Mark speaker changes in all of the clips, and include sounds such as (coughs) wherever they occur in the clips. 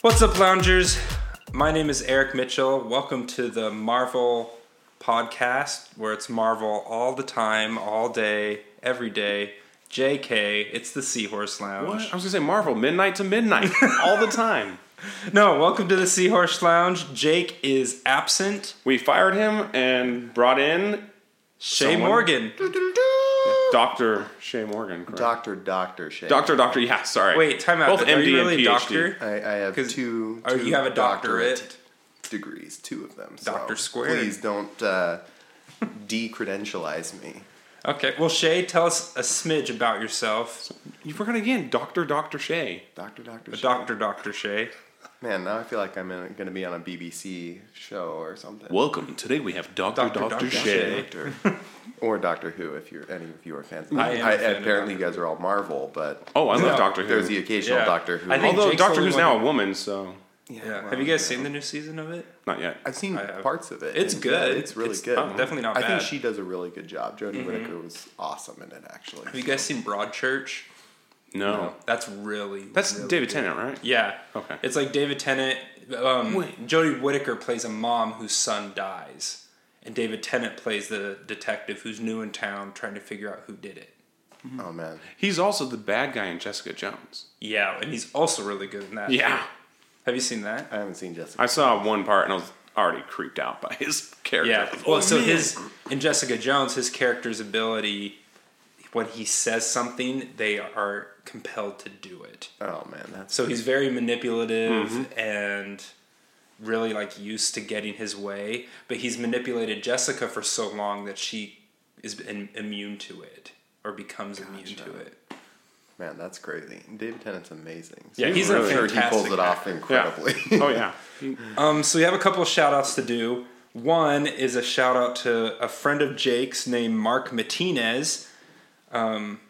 Speaker 1: What's up, loungers? My name is Eric Mitchell. Welcome to the Marvel podcast, where it's Marvel all the time, all day, every day. JK, it's the Seahorse
Speaker 2: What? I was
Speaker 1: Lounge.
Speaker 2: gonna say Marvel, midnight to midnight, all the time.
Speaker 1: No, welcome to the Seahorse Lounge. Jake is absent.
Speaker 2: We fired him and brought in
Speaker 1: Shay
Speaker 2: Someone-
Speaker 1: Morgan.
Speaker 2: Doctor Shay Morgan. Correct?
Speaker 3: Doctor, Doctor Shay.
Speaker 2: doctor, doctor. Yeah, sorry.
Speaker 1: Wait, time out.
Speaker 2: Both
Speaker 1: Are
Speaker 2: MD
Speaker 1: you
Speaker 2: and
Speaker 1: really a
Speaker 2: PhD.
Speaker 1: doctor?
Speaker 3: I, I have
Speaker 1: 'Cause-
Speaker 3: Uh, two.
Speaker 1: Or
Speaker 3: two
Speaker 1: you have a doctorate?
Speaker 3: degrees, two of them. so
Speaker 1: Doctor squared.
Speaker 3: Please don't uh, (laughs) de-credentialize me.
Speaker 1: Okay, well, Shay, tell us a smidge about yourself.
Speaker 2: You forgot again, Doctor, Doctor Shay.
Speaker 3: Doctor, Doctor Shay.
Speaker 1: Dr. Dr. Shay.
Speaker 3: Man, now I feel like I'm going to be on a BBC show or something.
Speaker 2: Welcome. Today we have Doctor,
Speaker 1: Doctor, Doctor Shay.
Speaker 3: Doctor.
Speaker 1: (laughs)
Speaker 3: or Doctor Who, if you're any of you are fans.
Speaker 1: I am a fan of
Speaker 3: apparently, you
Speaker 1: Doctor
Speaker 3: guys are all Marvel, but
Speaker 2: Oh, I love
Speaker 1: No,
Speaker 2: Doctor Who.
Speaker 3: there's the occasional
Speaker 1: Yeah.
Speaker 3: Doctor Who.
Speaker 1: I think-
Speaker 2: Although
Speaker 1: Jake's the
Speaker 2: Doctor
Speaker 1: only
Speaker 2: Who's
Speaker 1: one
Speaker 2: now
Speaker 1: that-
Speaker 2: a woman, so
Speaker 1: Yeah. Have you guys seen the new season of it?
Speaker 2: not yet.
Speaker 3: I've seen
Speaker 1: I have.
Speaker 3: parts of it.
Speaker 1: It's
Speaker 3: and,
Speaker 1: good.
Speaker 3: Yeah, it's really
Speaker 1: It's
Speaker 3: good.
Speaker 1: not- definitely not
Speaker 3: I
Speaker 1: bad. Mm-hmm.
Speaker 3: think she does a really good job. Jodie Whittaker was awesome in it, actually.
Speaker 1: Have you guys seen Broadchurch?
Speaker 2: No,
Speaker 1: That's really
Speaker 2: that's
Speaker 1: really
Speaker 2: David Tennant, right?
Speaker 1: Yeah.
Speaker 2: Okay.
Speaker 1: It's like David Tennant. Um,
Speaker 2: Wait.
Speaker 1: Jodie Whittaker plays a mom whose son dies, and David Tennant plays the detective who's new in town trying to figure out who did it.
Speaker 3: Oh man,
Speaker 2: He's also the bad guy in Jessica Jones.
Speaker 1: Yeah, and he's also really good in that.
Speaker 2: Yeah,
Speaker 1: too. Have you seen that?
Speaker 3: I haven't seen Jessica.
Speaker 2: I saw one part and I was already creeped out by his character. Oh,
Speaker 1: Yeah. Well, so his in Jessica Jones, his character's ability when he says something, they are compelled to do it.
Speaker 3: oh man, that's
Speaker 1: So he's very manipulative and really like used to getting his way, but he's manipulated Jessica for so long that she is in, immune to it or becomes immune to it.
Speaker 3: man, that's crazy. David Tennant's amazing.
Speaker 1: Yeah, he's
Speaker 2: really-
Speaker 1: a
Speaker 3: sure
Speaker 1: fantastic
Speaker 3: he pulls it off
Speaker 1: actor. (laughs)
Speaker 2: Yeah.
Speaker 3: incredibly.
Speaker 2: oh yeah. He-
Speaker 1: Um, so we have a couple of shout outs to do. One is a shout out to a friend of Jake's named Mark Martinez. Um,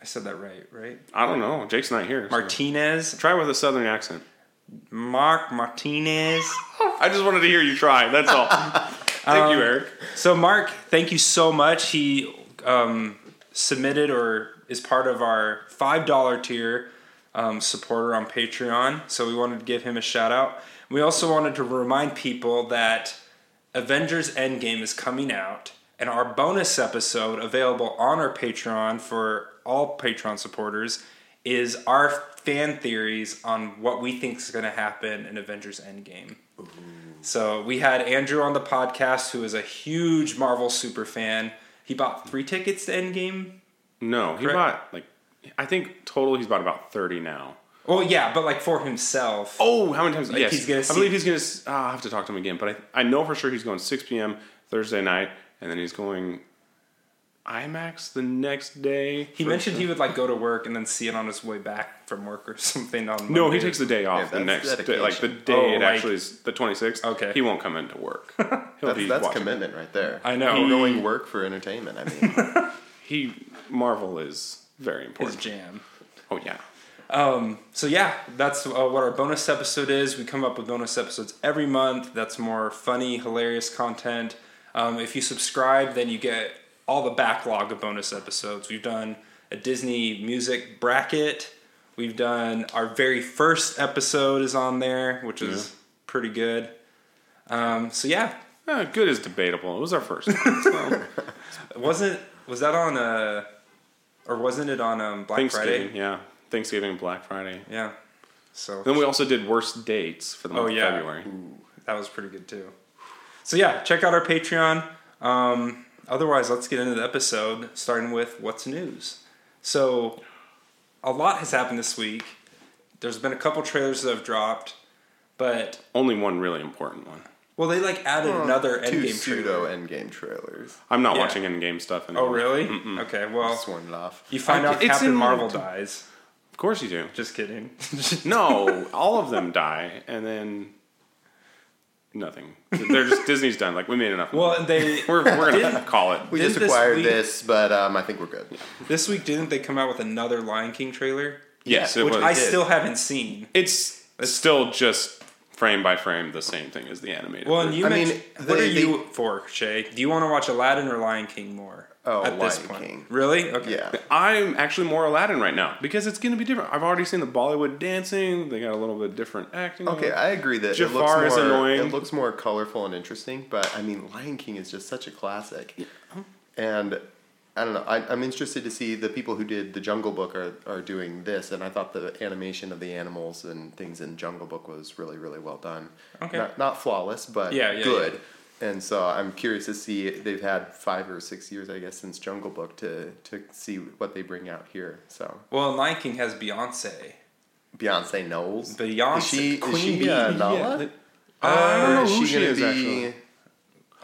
Speaker 1: I said that right, right?
Speaker 2: I don't know. Jake's not here. so-
Speaker 1: Martinez.
Speaker 2: Try with a southern accent.
Speaker 1: Mark Martinez.
Speaker 2: I just wanted to hear you try. That's (laughs) all. Thank you, Eric.
Speaker 1: So, Mark, thank you so much. He um, submitted or is part of our $5 tier um, supporter on Patreon. So, we wanted to give him a shout out. We also wanted to remind people that Avengers Endgame is coming out, and our bonus episode available on our Patreon for all Patreon supporters is our fan theories on what we think is going to happen in Avengers Endgame. So we had Andrew on the podcast, who is a huge Marvel super fan. He bought three tickets to Endgame.
Speaker 2: No, he
Speaker 1: Correct.
Speaker 2: bought like I think total he's bought about thirty now.
Speaker 1: Well, yeah, but like for himself.
Speaker 2: Oh, how many times? yes,
Speaker 1: he's gonna
Speaker 2: I
Speaker 1: see-
Speaker 2: believe he's gonna. s- ah, I'll have to talk to him again, but I I know for sure he's going six p.m. Thursday night, and then he's going IMAX the next day.
Speaker 1: he mentioned he would like go to work and then see it on his way back from work or (laughs) something. On
Speaker 2: No, he
Speaker 1: Monday.
Speaker 2: takes the day off. the
Speaker 3: that's
Speaker 2: next day, like the
Speaker 3: dedication.
Speaker 2: day
Speaker 1: Oh,
Speaker 2: it
Speaker 1: like-
Speaker 2: actually is the twenty sixth.
Speaker 1: Okay.
Speaker 2: he won't come into (laughs) work. He'll
Speaker 3: that's
Speaker 2: be
Speaker 3: that's
Speaker 2: watching.
Speaker 3: commitment right there.
Speaker 1: I know.
Speaker 3: We're going work for entertainment. I mean,
Speaker 2: He Marvel is very
Speaker 1: his
Speaker 2: important.
Speaker 1: jam.
Speaker 2: Oh yeah.
Speaker 1: So yeah, that's uh, what our bonus episode is. We come up with bonus episodes every month. That's more funny, hilarious content. Um, if you subscribe, then you get all the backlog of bonus episodes. We've done a Disney music bracket. We've done our very first episode is on there, which is pretty good. Um, so yeah, (laughs)
Speaker 2: Ah, good is debatable. It was our first.
Speaker 1: wasn't was that on uh or wasn't it on um, Black
Speaker 2: Thanksgiving,
Speaker 1: Friday?
Speaker 2: yeah. Thanksgiving, Black Friday.
Speaker 1: Yeah. So
Speaker 2: Then we also did worst dates for the month
Speaker 1: Oh, yeah.
Speaker 2: of February.
Speaker 1: That was pretty good too. So yeah, check out our Patreon. Um, otherwise, let's get into the episode, starting with what's news. So, a lot has happened this week. There's been a couple trailers that have dropped, but
Speaker 2: Only one really important one.
Speaker 1: well, they like added (laughs) another
Speaker 3: (laughs) two
Speaker 1: Endgame
Speaker 3: pseudo
Speaker 1: trailer.
Speaker 3: Endgame trailers.
Speaker 2: I'm not
Speaker 1: Yeah.
Speaker 2: watching in-game stuff
Speaker 1: Oh
Speaker 2: anymore.
Speaker 1: really? Okay. Well,
Speaker 3: Sworn it off.
Speaker 1: you find
Speaker 2: I-
Speaker 1: out
Speaker 2: it's
Speaker 1: Captain
Speaker 2: in-
Speaker 1: Marvel dies.
Speaker 2: Of course you do.
Speaker 1: Just kidding. (laughs)
Speaker 2: No, all of them die, and then nothing. They're just Disney's done. Like we made enough. money.
Speaker 1: well, they
Speaker 2: (laughs) we're we're gonna call it.
Speaker 3: We
Speaker 1: Didn't
Speaker 3: just
Speaker 1: this
Speaker 3: acquired
Speaker 1: leak-
Speaker 3: this, but um, I think we're good.
Speaker 1: this week didn't they come out with another Lion King trailer,
Speaker 2: yes, it
Speaker 1: which
Speaker 2: was.
Speaker 1: I
Speaker 3: did.
Speaker 1: still haven't seen.
Speaker 2: it's still just frame by frame the same thing as the animated.
Speaker 1: Well, and you.
Speaker 3: I
Speaker 1: I
Speaker 3: mean,
Speaker 1: what
Speaker 3: they-
Speaker 1: are you for, Shay? Do you want to watch Aladdin or Lion King more?
Speaker 3: Oh, Lion King.
Speaker 1: Really? Okay.
Speaker 3: Yeah.
Speaker 2: I'm actually more Aladdin right now because it's going to be different. I've already seen the Bollywood dancing. They got a little bit different acting.
Speaker 3: Okay, I agree that
Speaker 2: Jafar
Speaker 3: it
Speaker 2: is
Speaker 3: looks more,
Speaker 2: annoying.
Speaker 3: It looks more colorful and interesting, but I mean, Lion King is just such a classic, and I don't know. I, I'm interested to see the people who did the Jungle Book are are doing this, and I thought the animation of the animals and things in Jungle Book was really really well done.
Speaker 1: Okay.
Speaker 3: not, not flawless, but
Speaker 1: Yeah, yeah,
Speaker 3: good. And so I'm curious to see. They've had five or six years, I guess, since Jungle Book to to see what they bring out here. So
Speaker 1: Well, and Lion King has Beyonce.
Speaker 3: Beyonce Knowles,
Speaker 1: Beyonce,
Speaker 3: is she, is
Speaker 1: Queen
Speaker 3: she, uh,
Speaker 1: Bee,
Speaker 3: Nala?
Speaker 2: Yeah, they- Uh, I don't
Speaker 3: Or
Speaker 2: know
Speaker 3: is
Speaker 2: who she,
Speaker 3: gonna
Speaker 2: is
Speaker 3: be- uh,
Speaker 2: actually.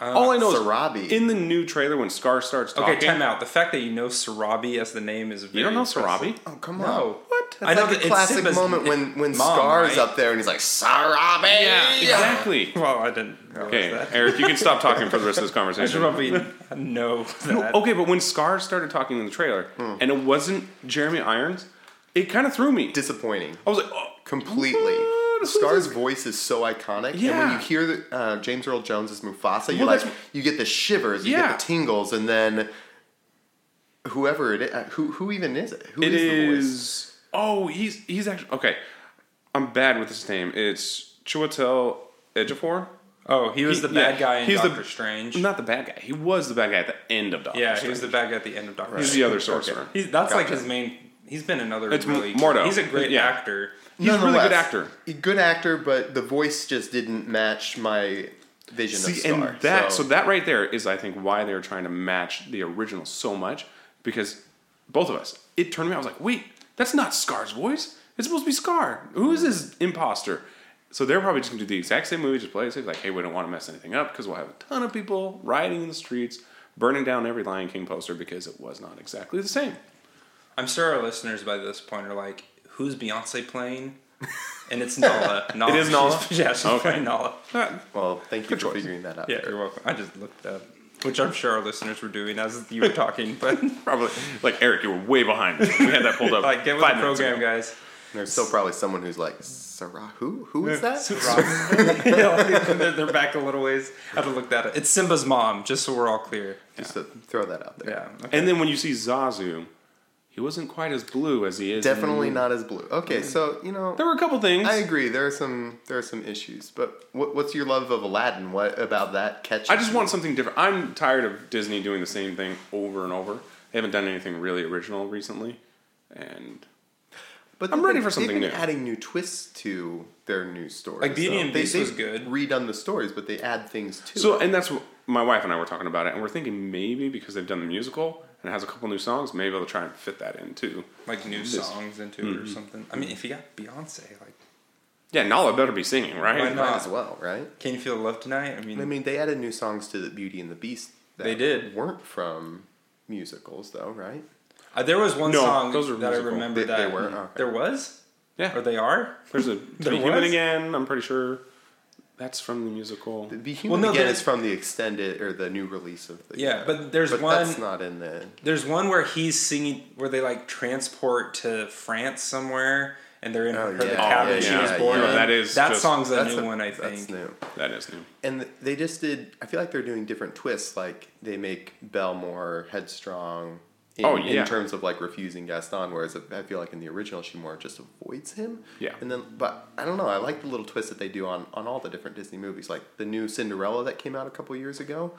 Speaker 2: All I know is
Speaker 3: Sarabi.
Speaker 2: in the new trailer when Scar starts talking.
Speaker 1: Okay, time out. The fact that you know Sarabi as the name is very
Speaker 2: You don't know
Speaker 1: impressive.
Speaker 2: Sarabi?
Speaker 3: Oh come on!
Speaker 1: No.
Speaker 3: What?
Speaker 1: I
Speaker 3: I
Speaker 1: know
Speaker 3: like
Speaker 1: that
Speaker 3: a
Speaker 1: it's
Speaker 3: classic
Speaker 1: Simba's
Speaker 3: moment when when
Speaker 1: mom,
Speaker 3: Scar's
Speaker 1: right?
Speaker 3: up there and he's like, "Sarabi."
Speaker 2: Yeah,
Speaker 1: (laughs)
Speaker 2: exactly.
Speaker 1: Well, I didn't. realize
Speaker 2: Okay,
Speaker 1: that.
Speaker 2: Eric, you can stop talking for the rest of this
Speaker 1: (laughs) I should
Speaker 2: conversation.
Speaker 1: probably
Speaker 2: (laughs)
Speaker 1: know that. Hmm.
Speaker 2: Okay, but when Scar started talking in the trailer and it wasn't Jeremy Irons, it kind of threw me.
Speaker 3: Disappointing.
Speaker 2: I was like, oh,
Speaker 3: Completely.
Speaker 2: What? Who's
Speaker 3: Scar's
Speaker 2: this-
Speaker 3: voice is so iconic, and when
Speaker 2: Yeah.
Speaker 3: you hear the, uh, James Earl Jones as Mufasa, you
Speaker 2: Well,
Speaker 3: like
Speaker 2: that's-
Speaker 3: you get the shivers, you
Speaker 2: Yeah.
Speaker 3: get the tingles, and then whoever it is, who who even is it? Who
Speaker 2: it
Speaker 3: is
Speaker 2: is. Oh, he's he's actually okay. I'm bad with his name. It's Chiwetel Ejiofor.
Speaker 1: Oh, he was
Speaker 2: He-
Speaker 1: the bad
Speaker 2: yeah,
Speaker 1: guy in
Speaker 2: he's the-
Speaker 1: Doctor Strange.
Speaker 2: Not the bad guy. He was the bad guy at the end of Doctor.
Speaker 1: yeah, he
Speaker 2: Strange.
Speaker 1: was the bad guy at the end of Doctor
Speaker 2: He's
Speaker 1: Strange.
Speaker 2: the other sorcerer.
Speaker 1: He's, that's like
Speaker 3: Gotcha.
Speaker 1: his main. He's been another.
Speaker 2: It's M-
Speaker 1: really,
Speaker 2: Mordo.
Speaker 1: He's a great
Speaker 2: Yeah.
Speaker 1: actor.
Speaker 2: He's a really good
Speaker 3: Nonetheless,
Speaker 2: actor.
Speaker 3: a good actor, but the voice just didn't match my vision of
Speaker 2: See,
Speaker 3: Scar.
Speaker 2: and that so. that right there is, I think, why they were trying to match the original so much because both of us it turned me. I was like, wait, that's not Scar's voice. It's supposed to be Scar. Who is this imposter? So they're probably just gonna do the exact same movie, just play it safe. Like, hey, we don't want to mess anything up because we'll have a ton of people rioting in the streets, burning down every Lion King poster because it was not exactly the same.
Speaker 1: I'm sure our listeners by this point are like, "Who's Beyonce
Speaker 2: (laughs)
Speaker 1: playing?" And it's Nala. Nala.
Speaker 2: It is Nala?
Speaker 1: She's- yeah, she's
Speaker 2: Okay.
Speaker 1: playing Nala.
Speaker 2: Uh,
Speaker 3: well, thank you
Speaker 2: Good
Speaker 3: for
Speaker 2: choice.
Speaker 3: figuring that out.
Speaker 1: Yeah, you're welcome. I just looked that, up, which I'm sure our listeners were doing as you were talking,
Speaker 2: (laughs)
Speaker 1: but
Speaker 2: probably like Eric, you were way behind. We had that pulled
Speaker 1: (laughs)
Speaker 2: up.
Speaker 1: like, get with
Speaker 2: five
Speaker 1: the
Speaker 2: minutes
Speaker 1: program,
Speaker 2: ago.
Speaker 1: guys.
Speaker 3: There's still probably someone who's like, Sarah, who? Who
Speaker 2: (laughs)
Speaker 3: is that?
Speaker 1: (laughs) they're, they're back a little ways. I have to look that up. It's Simba's mom, just so we're all clear.
Speaker 3: Just to throw that out there.
Speaker 1: Yeah. okay.
Speaker 2: And then when you see Zazu, he wasn't quite as blue as he is. in the
Speaker 3: Definitely not as blue. Okay, so you know,
Speaker 2: There were a couple things.
Speaker 3: I agree. There are some there are some issues, but what, what's your love of Aladdin? What about that catch?
Speaker 2: I just want something different. I'm tired of Disney doing the same thing over and over. They haven't done anything really original recently, and
Speaker 3: But
Speaker 2: I'm
Speaker 3: they've
Speaker 2: ready
Speaker 3: been-
Speaker 2: for something
Speaker 3: they've been
Speaker 2: new.
Speaker 3: Adding new twists to their new stories.
Speaker 1: Like, Beauty
Speaker 3: though.
Speaker 1: and
Speaker 3: They-
Speaker 1: Beast was
Speaker 3: they've
Speaker 1: good.
Speaker 3: Redone the stories, but they add things to.
Speaker 2: so
Speaker 3: it.
Speaker 2: and that's what my wife and I were talking about it, and we're thinking maybe because they've done the musical and it has a couple new songs, maybe they'll try and fit that in too.
Speaker 1: like new
Speaker 2: This- Mm-hmm.
Speaker 1: songs into it or something. I mean, if you got Beyonce, like,
Speaker 2: Yeah, Nala better be singing, right?
Speaker 1: Why
Speaker 3: might
Speaker 1: not?
Speaker 3: as well, right?
Speaker 1: can you feel the love tonight? I mean,
Speaker 3: I mean, they added new songs to the Beauty and the Beast. That
Speaker 1: They did.
Speaker 3: Weren't from musicals though, right?
Speaker 1: uh, there was one
Speaker 2: No,
Speaker 1: song
Speaker 2: those are
Speaker 1: that
Speaker 2: musical.
Speaker 1: I remember
Speaker 3: They-
Speaker 1: that
Speaker 3: they
Speaker 2: Oh,
Speaker 3: were? Okay.
Speaker 1: there was
Speaker 2: Yeah,
Speaker 1: or Oh, they are.
Speaker 2: there's
Speaker 1: (laughs)
Speaker 2: (laughs) a to
Speaker 1: There
Speaker 2: be human
Speaker 1: was?
Speaker 2: again. I'm pretty sure that's from the musical.
Speaker 3: The Human
Speaker 1: no,
Speaker 3: Again
Speaker 1: there-
Speaker 3: is from the extended or the new release of the.
Speaker 1: Yeah, but there's
Speaker 3: but
Speaker 1: one.
Speaker 3: that's not in the.
Speaker 1: There's one where he's singing, where they like transport to France somewhere, and they're in
Speaker 3: Oh,
Speaker 1: her the
Speaker 3: yeah.
Speaker 1: cabin
Speaker 3: Oh,
Speaker 1: she
Speaker 3: yeah,
Speaker 1: was
Speaker 3: yeah,
Speaker 1: born
Speaker 3: yeah.
Speaker 1: in.
Speaker 2: That is
Speaker 1: that
Speaker 2: just-
Speaker 1: song's a
Speaker 3: That's
Speaker 1: new
Speaker 3: a-
Speaker 1: one, I
Speaker 3: That's
Speaker 1: think.
Speaker 3: new.
Speaker 2: That is new.
Speaker 3: And th- they just did. I feel like they're doing different twists. Like they make Belle more headstrong. In,
Speaker 2: Oh, yeah.
Speaker 3: in terms of like refusing Gaston, whereas I feel like in the original she more just avoids him.
Speaker 2: Yeah.
Speaker 3: And then, but I don't know. I like the little twist that they do on on all the different Disney movies. Like the new Cinderella that came out a couple years ago,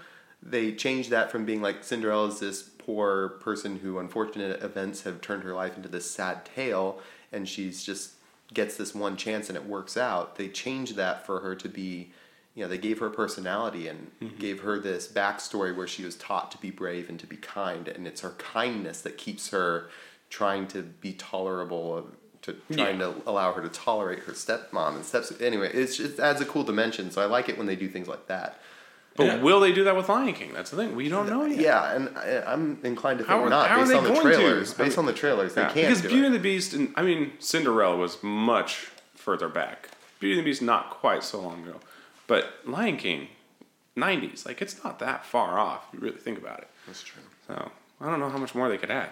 Speaker 3: they changed that from being like Cinderella is this poor person who unfortunate events have turned her life into this sad tale, and she's just gets this one chance and it works out. They changed that for her to be you know, they gave her personality and
Speaker 2: Mm-hmm.
Speaker 3: gave her this backstory where she was taught to be brave and to be kind, and it's her kindness that keeps her trying to be tolerable, uh, to trying to allow her to tolerate her stepmom and steps. Anyway, it's just, it adds a cool dimension, so I like it when they do things like that.
Speaker 2: But
Speaker 1: Yeah.
Speaker 2: will they do that with Lion King? That's the thing. We don't know yet.
Speaker 3: Yeah, and I, I'm inclined to think
Speaker 2: How are-
Speaker 3: not
Speaker 2: how are
Speaker 3: based
Speaker 2: they
Speaker 3: on the
Speaker 2: going to?
Speaker 3: trailers.
Speaker 2: I
Speaker 3: Based
Speaker 2: mean-
Speaker 3: on the trailers,
Speaker 2: Yeah,
Speaker 3: they can't
Speaker 2: because
Speaker 3: do
Speaker 2: Beauty
Speaker 3: it.
Speaker 2: and the Beast, and I mean Cinderella was much further back. Beauty and the Beast, not quite so long ago, but Lion King, '90s, like it's not that far off. If you really think about it.
Speaker 3: That's true.
Speaker 2: So I don't know how much more they could add.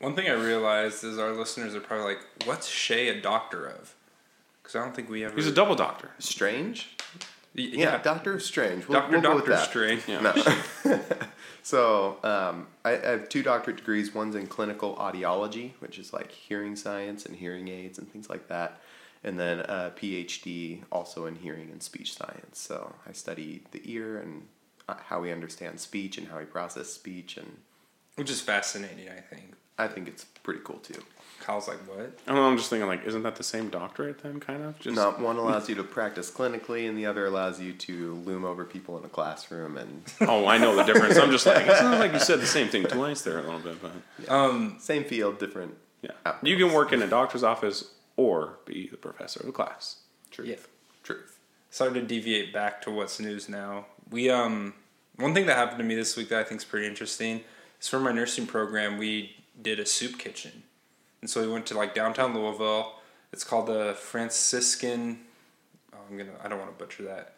Speaker 1: One thing I realized is our listeners are probably like, "What's Shay a doctor of?" because I don't think we ever.
Speaker 2: He's a double doctor.
Speaker 3: Strange?
Speaker 1: Y-
Speaker 3: Yeah,
Speaker 1: yeah.
Speaker 3: Doctor Strange. We'll,
Speaker 1: Doctor
Speaker 3: we'll go with
Speaker 1: Doctor
Speaker 3: that.
Speaker 1: Strange.
Speaker 2: Yeah.
Speaker 3: No. (laughs) so um, I, I have two doctorate degrees. One's in clinical audiology, which is like hearing science and hearing aids and things like that, and then a PhD also in hearing and speech science. So I study the ear and uh, how we understand speech and how we process speech, and
Speaker 1: Which is fascinating, I think.
Speaker 3: I think it's pretty cool too.
Speaker 1: Kyle's like, what?
Speaker 2: I don't know, I'm just thinking like, isn't that the same doctorate then? Kind of. Just
Speaker 3: Not one allows you to practice clinically, and the other allows you to loom over people in a classroom and (laughs)
Speaker 2: Oh, I know the difference. I'm just like, it's not like you said the same thing twice there a little bit, but
Speaker 1: Um,
Speaker 3: same field, different. Uh,
Speaker 2: yeah, you can work in a doctor's office or be the professor of the class.
Speaker 3: Truth.
Speaker 1: Yeah.
Speaker 3: Truth.
Speaker 1: sorry to deviate back to what's news now. We um one thing that happened to me this week that I think is pretty interesting is for my nursing program we did a soup kitchen, and so we went to like downtown Louisville. It's called the Franciscan. Oh, I'm gonna. I don't want to butcher that.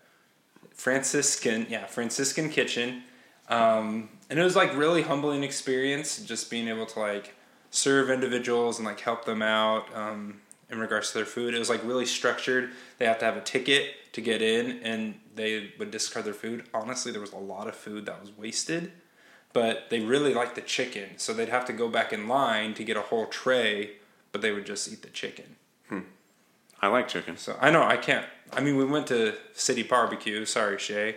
Speaker 1: Franciscan, yeah, Franciscan kitchen. Um, and it was like really humbling experience just being able to like serve individuals and like help them out um, in regards to their food. It was like really structured. They have to have a ticket to get in and they would discard their food. Honestly, there was a lot of food that was wasted, but they really liked the chicken. So they'd have to go back in line to get a whole tray, but they would just eat the chicken.
Speaker 2: I like chicken.
Speaker 1: So I know I can't. I mean, we went to City Barbecue. Sorry, Shay.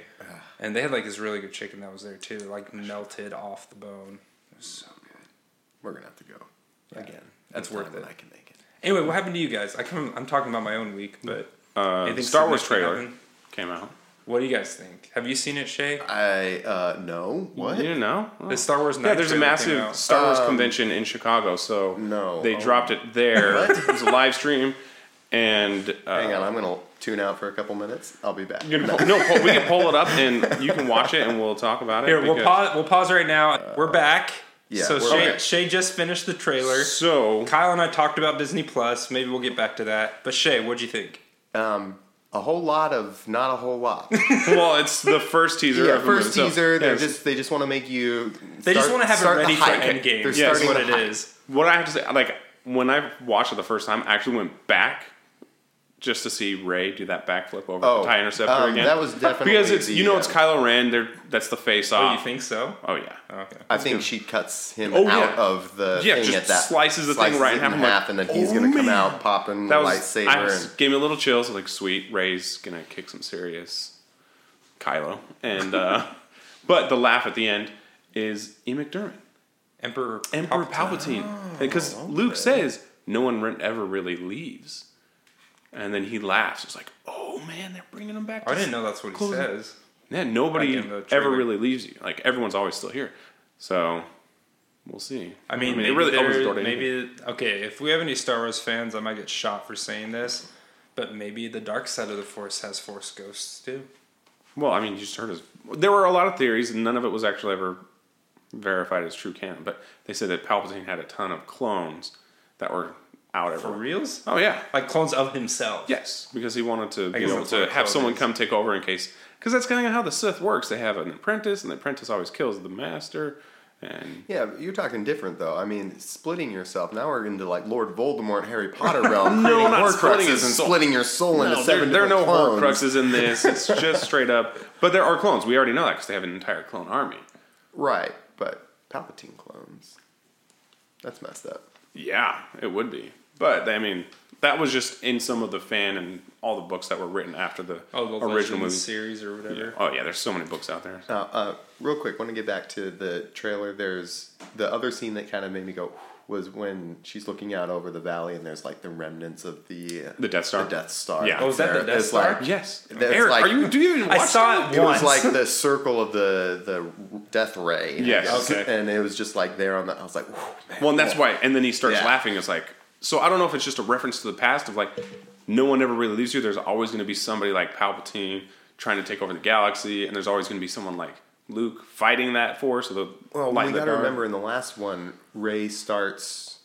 Speaker 1: And they had like this really good chicken that was there too, like melted off the bone.
Speaker 3: We're gonna have to go again.
Speaker 1: That's
Speaker 3: This
Speaker 1: worth
Speaker 3: time when
Speaker 1: it.
Speaker 3: I can make it.
Speaker 1: Anyway, what happened to you guys? I come. I'm talking about my own week, but
Speaker 2: Uh,
Speaker 1: Anything
Speaker 2: Star Wars
Speaker 1: significant
Speaker 2: trailer
Speaker 1: happened?
Speaker 2: came out.
Speaker 1: what do you guys think? Have you seen it, Shay?
Speaker 3: I uh no what Um,
Speaker 2: You didn't know? Oh.
Speaker 1: The Star Wars.
Speaker 2: yeah, there's a
Speaker 1: trailer came
Speaker 2: massive
Speaker 1: out.
Speaker 2: Star Wars convention in Chicago, so
Speaker 3: No.
Speaker 2: they
Speaker 3: Oh.
Speaker 2: dropped it there. it was a live stream, and uh,
Speaker 3: hang on I'm gonna tune out for a couple minutes I'll be back
Speaker 2: you can pull, no, pull- we can pull it up and you can watch it, and we'll talk about it.
Speaker 1: Here, we'll
Speaker 2: because-
Speaker 1: pause. We'll pause right now. we're back.
Speaker 3: Uh, yeah,
Speaker 1: So
Speaker 3: we're
Speaker 1: Shay,
Speaker 3: back.
Speaker 1: Shay just finished the trailer.
Speaker 2: So
Speaker 1: Kyle and I talked about Disney Plus. Maybe we'll get back to that. But Shay, what'd you think?
Speaker 3: um a whole lot of not a
Speaker 2: (laughs)
Speaker 3: whole lot
Speaker 2: well, it's the first teaser.
Speaker 3: yeah
Speaker 2: of a
Speaker 3: first
Speaker 2: movie, so-
Speaker 3: teaser they're
Speaker 2: yes.
Speaker 3: just they just want to make you
Speaker 1: They just
Speaker 3: start-
Speaker 1: want to have
Speaker 3: start
Speaker 1: it
Speaker 3: the
Speaker 1: ready for
Speaker 3: hype.
Speaker 1: Endgame.
Speaker 3: They're
Speaker 1: That's
Speaker 3: starting
Speaker 1: what
Speaker 3: the
Speaker 1: it
Speaker 3: hype.
Speaker 1: is.
Speaker 2: what I have to say, like when I watched it the first time, I actually went back just to see Ray do that backflip over
Speaker 3: Oh,
Speaker 2: the tie interceptor
Speaker 3: um,
Speaker 2: again.
Speaker 3: that was definitely
Speaker 2: because it's
Speaker 3: the,
Speaker 2: you know it's
Speaker 3: uh,
Speaker 2: Kylo Ren. There, that's the face
Speaker 1: Oh, you
Speaker 2: off.
Speaker 1: think so?
Speaker 2: Oh yeah.
Speaker 1: Okay.
Speaker 3: I think she cuts him
Speaker 2: Oh, yeah.
Speaker 3: out of the
Speaker 2: Yeah,
Speaker 3: thing
Speaker 2: just
Speaker 3: at that
Speaker 2: slices the thing right
Speaker 3: it
Speaker 2: in
Speaker 3: in
Speaker 2: half. I'm like,
Speaker 3: half and then he's
Speaker 2: "Oh,
Speaker 3: gonna come
Speaker 2: man."
Speaker 3: out popping
Speaker 2: That was
Speaker 3: lightsaber
Speaker 2: I was-
Speaker 3: and
Speaker 2: gave me a little chills. I was like sweet, Ray's gonna kick some serious Kylo, and uh, (laughs) but the laugh at the end is E McDermott,
Speaker 1: Emperor
Speaker 2: Emperor
Speaker 1: Oh,
Speaker 2: Palpatine, because Luke says no one re- ever really leaves, and then he laughs. It's like, oh man, they're bringing him back.
Speaker 1: I
Speaker 2: to
Speaker 1: didn't know that's what he
Speaker 2: Close it.
Speaker 1: says.
Speaker 2: Yeah, nobody
Speaker 1: Like in the trailer.
Speaker 2: ever really leaves you. Like everyone's always still here. So we'll see.
Speaker 1: I mean, maybe,
Speaker 2: it really opens the
Speaker 1: there-
Speaker 2: door to anything.
Speaker 1: maybe okay. If we have any Star Wars fans, I might get shot for saying this, but maybe the dark side of the Force has Force ghosts too.
Speaker 2: Well, I mean, you just heard us. There were a lot of theories, and none of it was actually ever verified as true canon. But they said that Palpatine had a ton of clones that were out
Speaker 1: For
Speaker 2: everywhere.
Speaker 1: reals?
Speaker 2: Oh yeah,
Speaker 1: Like clones of himself.
Speaker 2: yes, because he wanted to be
Speaker 1: guess
Speaker 2: able
Speaker 1: that's what
Speaker 2: to
Speaker 1: a
Speaker 2: have
Speaker 1: clone
Speaker 2: someone
Speaker 1: is.
Speaker 2: come take over in case. Because that's kind of how the Sith works. They have an apprentice, and the apprentice always kills the master. And
Speaker 3: yeah but you're talking different though I mean splitting yourself now we're into like Lord Voldemort
Speaker 2: (laughs)
Speaker 3: Harry Potter realm
Speaker 2: No,
Speaker 3: creating
Speaker 2: not
Speaker 3: Horcruxes
Speaker 2: splitting his
Speaker 3: and
Speaker 2: soul.
Speaker 3: splitting your soul into
Speaker 2: No, there,
Speaker 3: seven
Speaker 2: there are no
Speaker 3: different clones.
Speaker 2: Horcruxes in this. (laughs) It's just straight up. But there are clones. We already know that because they have an entire clone army.
Speaker 3: Right, but Palpatine clones. That's messed up.
Speaker 2: Yeah, it would be. But I mean, that was just in some of the fan and all the books that were written after the
Speaker 1: Oh, the
Speaker 2: original
Speaker 1: original
Speaker 2: movie.
Speaker 1: series or whatever.
Speaker 2: Yeah. Oh yeah, there's so many books out there.
Speaker 3: Now, uh, real quick, want to get back to the trailer. There's the other scene that kind of made me go was when she's looking out over the valley and there's like the remnants of the
Speaker 2: The Death Star.
Speaker 3: The Death Star.
Speaker 2: Yeah. Oh,
Speaker 1: is that the
Speaker 3: there.
Speaker 1: Death
Speaker 3: It's
Speaker 1: Star?
Speaker 3: like-
Speaker 2: Yes,
Speaker 3: That's
Speaker 2: Eric,
Speaker 3: like-
Speaker 2: are you? Do you even?
Speaker 1: I
Speaker 2: watch
Speaker 1: saw
Speaker 2: that?
Speaker 1: it
Speaker 3: It was
Speaker 1: once.
Speaker 3: like the circle of the the death ray. I
Speaker 2: Yes.
Speaker 3: guess.
Speaker 1: Okay.
Speaker 3: And it was just like there on the. I was like, "Whew, man.
Speaker 2: Well, and that's why. And then he starts
Speaker 3: Yeah.
Speaker 2: laughing. It's like, so I don't know if it's just a reference to the past of like, no one ever really leaves you. There's always going to be somebody like Palpatine trying to take over the galaxy, and there's always going to be someone like Luke fighting that force. Or the
Speaker 3: Well,
Speaker 2: light
Speaker 3: we
Speaker 2: in the
Speaker 3: got to
Speaker 2: dark.
Speaker 3: remember in the last one, Ray starts.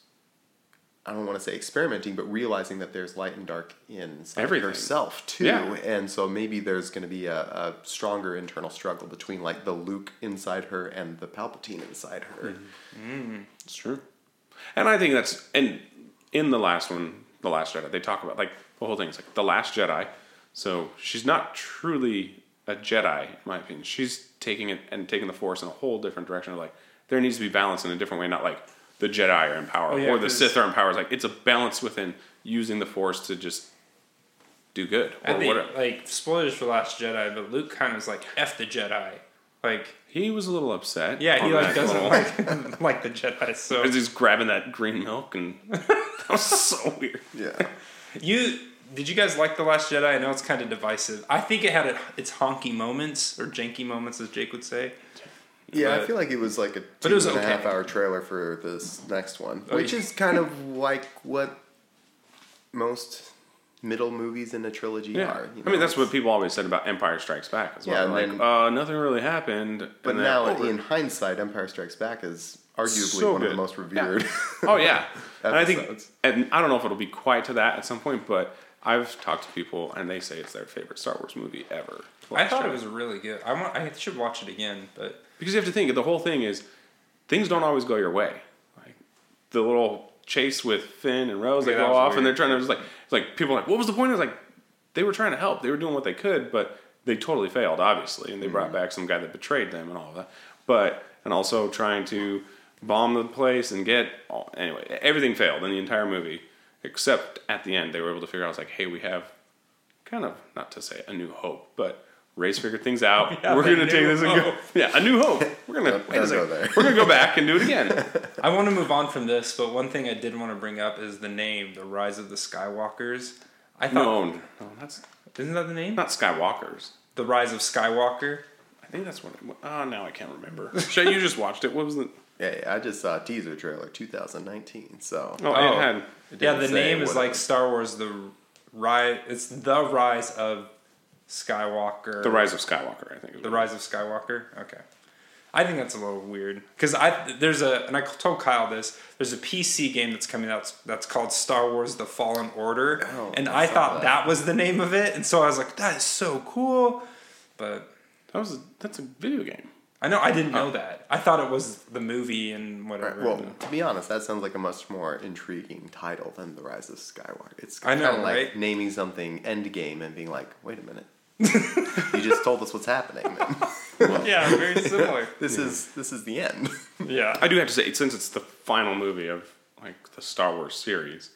Speaker 3: I don't want to say experimenting, but realizing that there's light and dark inside
Speaker 2: Everything.
Speaker 3: herself too,
Speaker 2: Yeah.
Speaker 3: and so maybe there's going to be a, a stronger internal struggle between like the Luke inside her and the Palpatine inside her.
Speaker 2: It's true. And I think that's and in the last one, the Last Jedi. They talk about like the whole thing. It's like the Last Jedi. So she's not truly a Jedi, in my opinion. She's taking it and taking the Force in a whole different direction. Of like there needs to be balance in a different way, not like the Jedi are in power
Speaker 1: Oh, yeah,
Speaker 2: or the
Speaker 1: 'cause-
Speaker 2: Sith are in power. It's like it's a balance within using the Force to just do good or
Speaker 1: At the,
Speaker 2: whatever.
Speaker 1: like spoilers for Last Jedi, but Luke kind of was like "f the Jedi," like
Speaker 2: He was a little upset.
Speaker 1: yeah, he
Speaker 2: on
Speaker 1: like
Speaker 2: that
Speaker 1: doesn't
Speaker 2: little- (laughs)
Speaker 1: like, (laughs) like the Jedi. So
Speaker 2: Because he's grabbing that green milk, and (laughs) that was so weird. (laughs)
Speaker 3: Yeah.
Speaker 1: you did you guys like the Last Jedi? I know it's kind of divisive. I think it had it, its honky moments or janky moments, as Jake would say.
Speaker 3: Yeah, I
Speaker 1: But-
Speaker 3: feel like it was like a
Speaker 1: But
Speaker 3: two
Speaker 1: it was
Speaker 3: and a half
Speaker 1: okay.
Speaker 3: hour trailer for this next one,
Speaker 1: Oh,
Speaker 3: which
Speaker 1: yeah.
Speaker 3: is kind of like what most middle movies in a trilogy
Speaker 2: Yeah,
Speaker 3: are. you
Speaker 2: I mean
Speaker 3: know?
Speaker 2: that's what people always said about Empire Strikes Back as well.
Speaker 3: Yeah,
Speaker 2: like
Speaker 3: and then-
Speaker 2: uh, nothing really happened. and
Speaker 3: But
Speaker 2: then-
Speaker 3: now,
Speaker 2: oh,
Speaker 3: in hindsight, Empire Strikes Back is arguably
Speaker 2: So
Speaker 3: one of
Speaker 2: good.
Speaker 3: the most revered.
Speaker 2: (laughs) oh
Speaker 3: (laughs)
Speaker 2: yeah, and I think,
Speaker 3: Episodes.
Speaker 2: and I don't know if it'll be quite to that at some point, but I've talked to people and they say it's their favorite Star Wars movie ever.
Speaker 1: I thought
Speaker 2: Last
Speaker 1: it
Speaker 2: Jedi.
Speaker 1: was really good. I want. I should watch it again, but
Speaker 2: because you have to think the whole thing is things don't always go your way. Like the little chase with Finn and Rose,
Speaker 1: Yeah,
Speaker 2: they
Speaker 1: that
Speaker 2: go
Speaker 1: was
Speaker 2: off
Speaker 1: weird.
Speaker 2: and they're trying to just like it's like people are like what was the point? It's like they were trying to help, they were doing what they could, but they totally failed obviously, and they brought
Speaker 1: Mm-hmm.
Speaker 2: back some guy that betrayed them and all of that. But and also trying to bomb the place and get all, anyway everything failed in the entire movie except at the end they were able to figure out it's like hey we have kind of not to say a new hope, but Ray's figured things
Speaker 1: (laughs)
Speaker 2: out.
Speaker 1: Yeah,
Speaker 2: we're
Speaker 1: a
Speaker 2: gonna take
Speaker 1: new
Speaker 2: this and go.
Speaker 1: hope.
Speaker 2: Yeah, a new hope. We're gonna
Speaker 3: Don't-
Speaker 2: wait a
Speaker 3: don't
Speaker 2: second.
Speaker 3: go there.
Speaker 2: We're gonna go back and do it
Speaker 3: (laughs)
Speaker 2: again.
Speaker 1: I want to move on from this, but one thing I did want to bring up is the name, The Rise of the Skywalkers. I thought,
Speaker 2: no, no, that's
Speaker 1: isn't that the name?
Speaker 2: not Skywalker's.
Speaker 1: The Rise of Skywalker.
Speaker 2: I think that's what. It, wa- oh, now I can't remember. Shay, you just watched it. What was the?
Speaker 3: hey, I just saw a teaser trailer 2019, so
Speaker 1: Oh.
Speaker 2: Oh, it had.
Speaker 1: Yeah,
Speaker 3: didn't
Speaker 1: the
Speaker 3: say
Speaker 1: name is
Speaker 3: what
Speaker 1: like
Speaker 3: it-
Speaker 1: Star Wars. The rise. It's the Rise of Skywalker.
Speaker 2: The Rise of Skywalker, I think. is
Speaker 1: The
Speaker 2: what
Speaker 1: Rise of Skywalker. Okay, I think that's a little weird because I there's a and I told Kyle this. There's a PC game that's coming out that's called Star Wars: The Fallen Order,
Speaker 3: Oh,
Speaker 1: and
Speaker 3: I
Speaker 1: I
Speaker 3: saw
Speaker 1: thought that.
Speaker 3: that.
Speaker 1: was the name of it, and so I was like, that is so cool. But
Speaker 2: it- That was a, that's a video game.
Speaker 1: I know I didn't know that. I thought it was the movie and whatever.
Speaker 3: Uh, Well, to be honest, that sounds like a much more intriguing title than The Rise of Skywalker. It's
Speaker 1: I
Speaker 3: kind
Speaker 1: know,
Speaker 3: of like
Speaker 1: right?
Speaker 3: naming something Endgame and being like, wait a minute, you just told us what's happening. (laughs)
Speaker 1: yeah, very similar.
Speaker 3: this is this is the end.
Speaker 1: (laughs)
Speaker 3: (laughs)
Speaker 1: yeah.
Speaker 2: I do have to say, since it's the final movie of like the Star Wars series,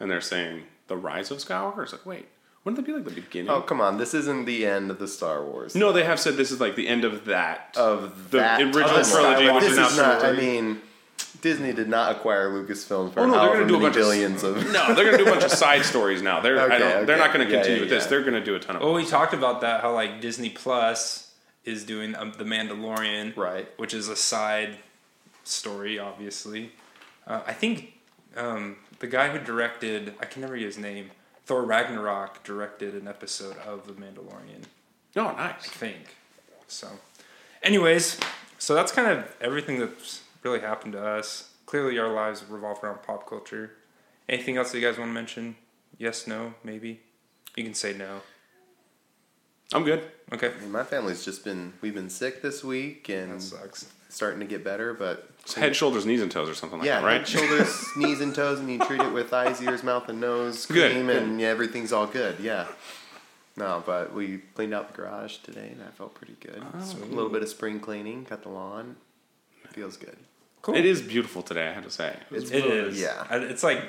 Speaker 2: and they're saying the Rise of Skywalker, it's like wait, wouldn't that be like the beginning?
Speaker 3: oh come on, this isn't the end of the Star Wars
Speaker 2: No, they have said this is like the end of that.
Speaker 3: of
Speaker 2: The
Speaker 3: that
Speaker 2: original
Speaker 3: timeline.
Speaker 2: trilogy, which
Speaker 3: This
Speaker 2: is
Speaker 3: is,
Speaker 2: now
Speaker 3: not. I
Speaker 2: trilogy.
Speaker 3: mean, Disney did not acquire Lucasfilm for
Speaker 2: Oh, no, they're
Speaker 3: however
Speaker 2: gonna do a
Speaker 3: many
Speaker 2: bunch of-
Speaker 3: billions of.
Speaker 2: (laughs) no, they're gonna do a bunch of side stories now. They're I
Speaker 3: (laughs) Okay,
Speaker 2: don't, they're
Speaker 3: okay.
Speaker 2: not gonna
Speaker 3: Yeah,
Speaker 2: continue
Speaker 3: yeah,
Speaker 2: with this.
Speaker 3: yeah.
Speaker 2: They're gonna do a ton of. oh,
Speaker 1: Well, we talked about that how like Disney Plus is doing um, the Mandalorian,
Speaker 3: Right.
Speaker 1: Which is a side story, obviously. Uh, I think um, the guy who directed I can never get his name. Thor Ragnarok directed an episode of The Mandalorian,
Speaker 2: Oh, nice.
Speaker 1: I think. So, anyways, so that's kind of everything that's really happened to us. Clearly, our lives revolve around pop culture. Anything else that you guys want to mention? Yes, no, maybe. You can say no.
Speaker 2: I'm good.
Speaker 1: Okay.
Speaker 3: My family's just been. We've been sick this week
Speaker 1: That
Speaker 3: and
Speaker 2: uh,
Speaker 1: sucks.
Speaker 3: starting to get better, but
Speaker 2: It's head, shoulders, knees, and toes, or something like
Speaker 3: Yeah,
Speaker 2: that,
Speaker 3: head,
Speaker 2: right?
Speaker 3: shoulders,
Speaker 2: (laughs)
Speaker 3: knees, and toes, and you treat it with eyes, ears, mouth, and nose cream,
Speaker 2: Good,
Speaker 3: and yeah, everything's all good. Yeah. No, but we cleaned out the garage today, and that felt pretty good.
Speaker 2: Oh,
Speaker 3: So a little bit of spring cleaning, cut the lawn. Feels good.
Speaker 1: Cool.
Speaker 2: It is beautiful today. I have to say.
Speaker 3: It's
Speaker 1: It is.
Speaker 3: Yeah.
Speaker 1: I- It's like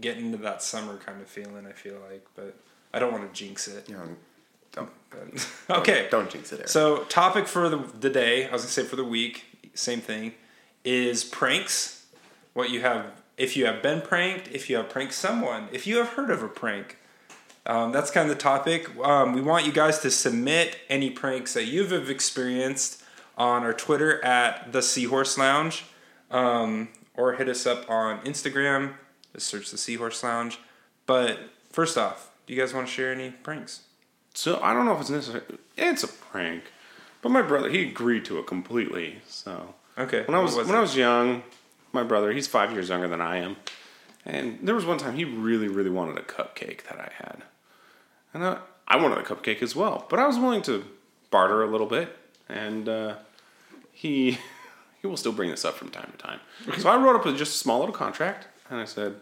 Speaker 1: getting to that summer kind of feeling. I feel like, but I don't want to jinx it.
Speaker 3: You know, don't,
Speaker 1: But, (laughs) okay.
Speaker 3: Don't jinx it, Eric.
Speaker 1: So topic for the, the day, I was gonna say for the week, same thing, is pranks. What you have, if you have been pranked, if you have pranked someone, if you have heard of a prank. Um, that's kind of the topic. Um, we want you guys to submit any pranks that you've have experienced on our Twitter at the Seahorse Lounge, um, or hit us up on Instagram. Just search the Seahorse Lounge. But first off, do you guys want to share any pranks?
Speaker 2: So I don't know if it's necessary. It's a prank, but my brother he agreed to it completely. So
Speaker 1: Okay,
Speaker 2: when I was,
Speaker 1: what was
Speaker 2: when
Speaker 1: it?
Speaker 2: I was young, my brother he's five years younger than I am, and there was one time he really really wanted a cupcake that I had, and I I wanted a cupcake as well, but I was willing to barter a little bit, and uh, he (laughs) he will still bring this up from time to time. So I wrote up a, just a small little contract, and I said,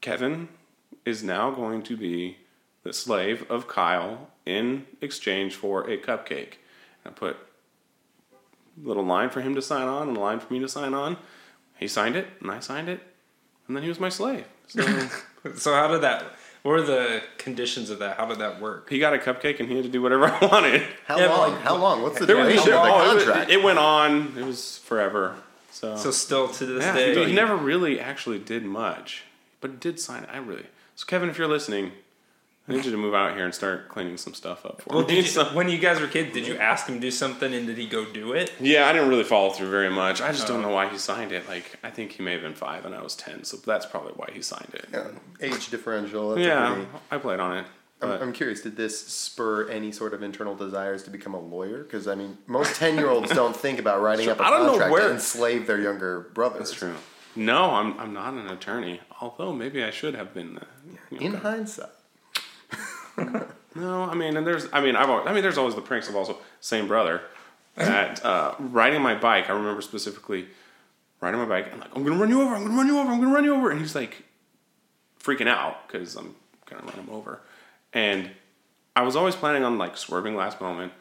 Speaker 2: Kevin is now going to be the slave of Kyle in exchange for a cupcake. And I put a little line for him to sign on and a line for me to sign on. He signed it, and I signed it, and then he was my slave. So
Speaker 1: So how did that? What were the conditions of that? How did that work?
Speaker 2: he got a cupcake, and he had to do whatever (laughs) I wanted.
Speaker 3: How
Speaker 1: Yeah, but
Speaker 3: long?
Speaker 1: like-
Speaker 3: how long? What's the
Speaker 2: There was
Speaker 3: duration of the
Speaker 2: oh, it-
Speaker 3: contract?
Speaker 2: It, went on. It was forever. So,
Speaker 1: So still to this
Speaker 2: yeah,
Speaker 1: day,
Speaker 2: he, he never really actually did much, but he did sign it. I really. So Kevin, if you're listening, I need you to move out here and start cleaning some stuff up for
Speaker 1: Well,
Speaker 2: me.
Speaker 1: did you,
Speaker 2: (laughs) So-
Speaker 1: when you guys were kids, did you ask him to do something and did he go do it?
Speaker 2: yeah, I didn't really follow through very much. I just don't know why he signed it. Like, I think he may have been five and I was ten, so that's probably why he signed it.
Speaker 3: Yeah, Age differential. That's a
Speaker 2: Yeah,
Speaker 3: pretty-
Speaker 2: I played on it.
Speaker 3: I'm,
Speaker 2: but-
Speaker 3: I'm curious. Did this spur any sort of internal desires to become a lawyer? Because I mean, most ten-year-olds don't think about writing up a
Speaker 2: I don't know
Speaker 3: contract
Speaker 2: where-
Speaker 3: to enslave their younger brothers.
Speaker 2: That's true. No, I'm I'm not an attorney. Although maybe I should have been. Uh,
Speaker 3: In hindsight,
Speaker 2: No, I mean, and there's, I mean, I've, always, I mean, there's always the pranks of also same
Speaker 3: (clears throat)
Speaker 2: brother. That uh, riding my bike, I remember specifically riding my bike. I'm like, I'm gonna run you over. I'm gonna run you over. I'm gonna run you over. And he's like, freaking out because I'm gonna run him over. And I was always planning on like swerving last moment.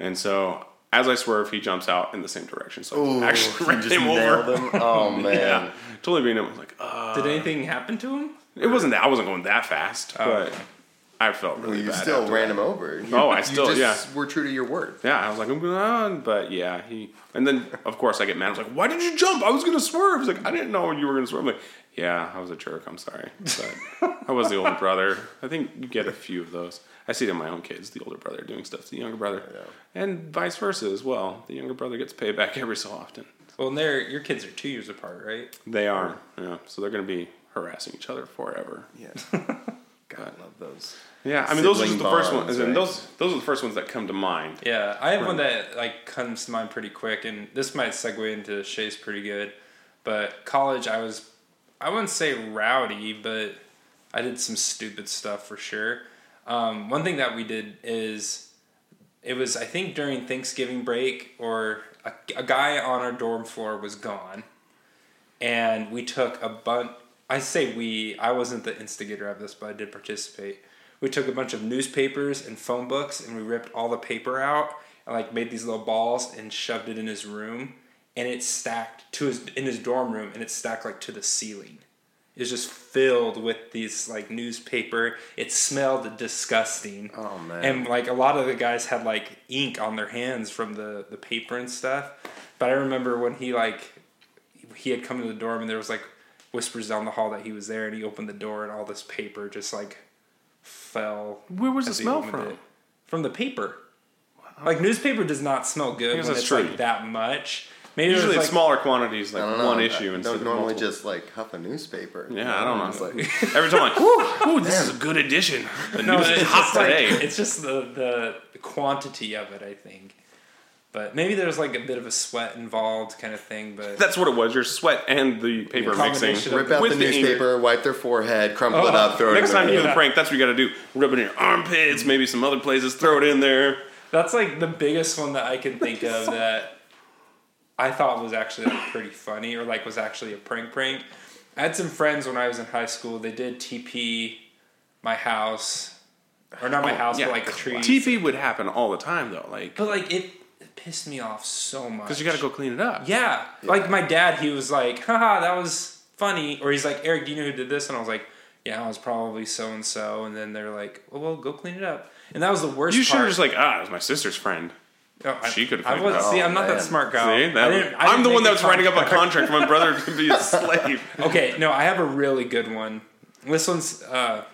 Speaker 2: And so as I swerve, he jumps out in the same direction. So I actually (laughs) ran
Speaker 3: just
Speaker 2: him
Speaker 3: nailed
Speaker 2: over.
Speaker 3: them? Oh man.
Speaker 2: (laughs) Yeah, totally being him. I was like, uh,
Speaker 1: Did anything happen to him?
Speaker 2: it wasn't that. I wasn't going that fast, but I felt really
Speaker 3: Well, you
Speaker 2: bad.
Speaker 3: still
Speaker 2: after
Speaker 3: ran
Speaker 2: that.
Speaker 3: him over. You-
Speaker 2: Oh, I
Speaker 3: you
Speaker 2: still-
Speaker 3: just Were true to your word.
Speaker 2: Yeah, I was like, I'm going on, but yeah, he. And then of course I get mad. I was like, Why did you jump? I was gonna swerve. He's like, I didn't know you were gonna swerve. I'm like, Yeah, I was a jerk. I'm sorry, but I was the
Speaker 3: (laughs)
Speaker 2: older brother. I think you get a few of those. I see it in my own kids, the older brother doing stuff to the younger brother, and vice versa as well. The younger brother gets payback every so often.
Speaker 1: Well, and they're your kids are two years apart, right?
Speaker 2: They are, yeah. So they're gonna be harassing each other forever.
Speaker 3: Yeah.
Speaker 2: (laughs)
Speaker 3: God, I love those.
Speaker 2: Yeah, I mean, those are just
Speaker 3: Sibling
Speaker 2: the first ones,
Speaker 3: bonds,
Speaker 2: and
Speaker 3: right?
Speaker 2: those those are the first ones that come to mind.
Speaker 1: Yeah, I have one that like comes to mind pretty quick, and this might segue into Shay's pretty good. But college, I was, I wouldn't say rowdy, but I did some stupid stuff for sure. Um, one thing that we did is, it was I think during Thanksgiving break, or a, a guy on our dorm floor was gone, and we took a bunch. I say we. I wasn't the instigator of this, but I did participate. We took a bunch of newspapers and phone books, and we ripped all the paper out and like made these little balls and shoved it in his room, and it stacked to his in his dorm room, and it stacked like to the ceiling. It was just filled with these like newspaper. It smelled disgusting.
Speaker 3: Oh, man.
Speaker 1: And like a lot of the guys had like ink on their hands from the the paper and stuff. But I remember when he like he had come to the dorm and there was like whispers down the hall that he was there and he opened the door and all this paper just like fell
Speaker 2: Where was the
Speaker 1: as he
Speaker 2: smell
Speaker 1: opened
Speaker 2: from?
Speaker 1: it. from the paper like newspaper does not smell good
Speaker 2: guess
Speaker 1: when
Speaker 2: that's
Speaker 1: it's
Speaker 2: true.
Speaker 1: like that much maybe
Speaker 2: Usually,
Speaker 1: it
Speaker 2: it's
Speaker 1: was, like,
Speaker 2: smaller quantities, like
Speaker 3: I don't know.
Speaker 2: one
Speaker 3: I-
Speaker 2: issue,
Speaker 3: I
Speaker 2: instead
Speaker 3: don't
Speaker 2: of
Speaker 3: normally
Speaker 2: multiple.
Speaker 3: just like huff a newspaper.
Speaker 2: Yeah, I don't know.
Speaker 3: It's
Speaker 2: (laughs)
Speaker 3: like
Speaker 2: Every time,
Speaker 3: (laughs)
Speaker 2: like, ooh, ooh, this is a good edition.
Speaker 1: (laughs)
Speaker 2: The
Speaker 1: no,
Speaker 2: news
Speaker 1: it's
Speaker 2: is
Speaker 1: just
Speaker 2: hot
Speaker 1: like-
Speaker 2: today.
Speaker 1: it's just the the quantity of it i think but maybe there's like a bit of a sweat involved kind of thing but
Speaker 2: That's what it was. Your sweat and the paper mixing.
Speaker 1: Combination of
Speaker 3: rip out the
Speaker 2: With the ink.
Speaker 3: newspaper, wipe their forehead, crumple it up, throw it.
Speaker 2: Next
Speaker 3: in the
Speaker 2: time you do the
Speaker 1: Yeah.
Speaker 2: prank, that's what you got to do. Rub it in your armpits, maybe some other places. Throw it in there.
Speaker 1: That's like the biggest one that I can think of that I thought was actually like pretty funny or like was actually a prank prank. I had some friends when I was in high school. They did TP my house, or
Speaker 2: Oh,
Speaker 1: not my house, but like the trees.
Speaker 2: TP would happen all the time though, like
Speaker 1: But like it, it pissed me off so much.
Speaker 2: because you got to go clean it up.
Speaker 1: Yeah. Like my dad, he was like, haha, that was funny. Or he's like, Eric, do you know who did this? And I was like, yeah, it was probably so and so. And then they're like, well, well, go clean it up. And that was the worst
Speaker 2: You should have
Speaker 1: part.
Speaker 2: just like ah, it was my sister's friend.
Speaker 1: Oh, I-
Speaker 2: She could've
Speaker 1: I
Speaker 2: picked
Speaker 1: was
Speaker 3: that.
Speaker 1: see. I'm not
Speaker 3: Oh,
Speaker 1: that
Speaker 3: man.
Speaker 1: smart guy.
Speaker 2: See, that
Speaker 1: I didn't- I
Speaker 2: I'm
Speaker 1: didn't
Speaker 2: the one that
Speaker 1: make
Speaker 2: was
Speaker 1: the
Speaker 2: writing up a
Speaker 1: contract.
Speaker 2: contract for my brother to
Speaker 1: (laughs)
Speaker 2: be a slave.
Speaker 1: Okay, no, I have a really good one. This one's uh,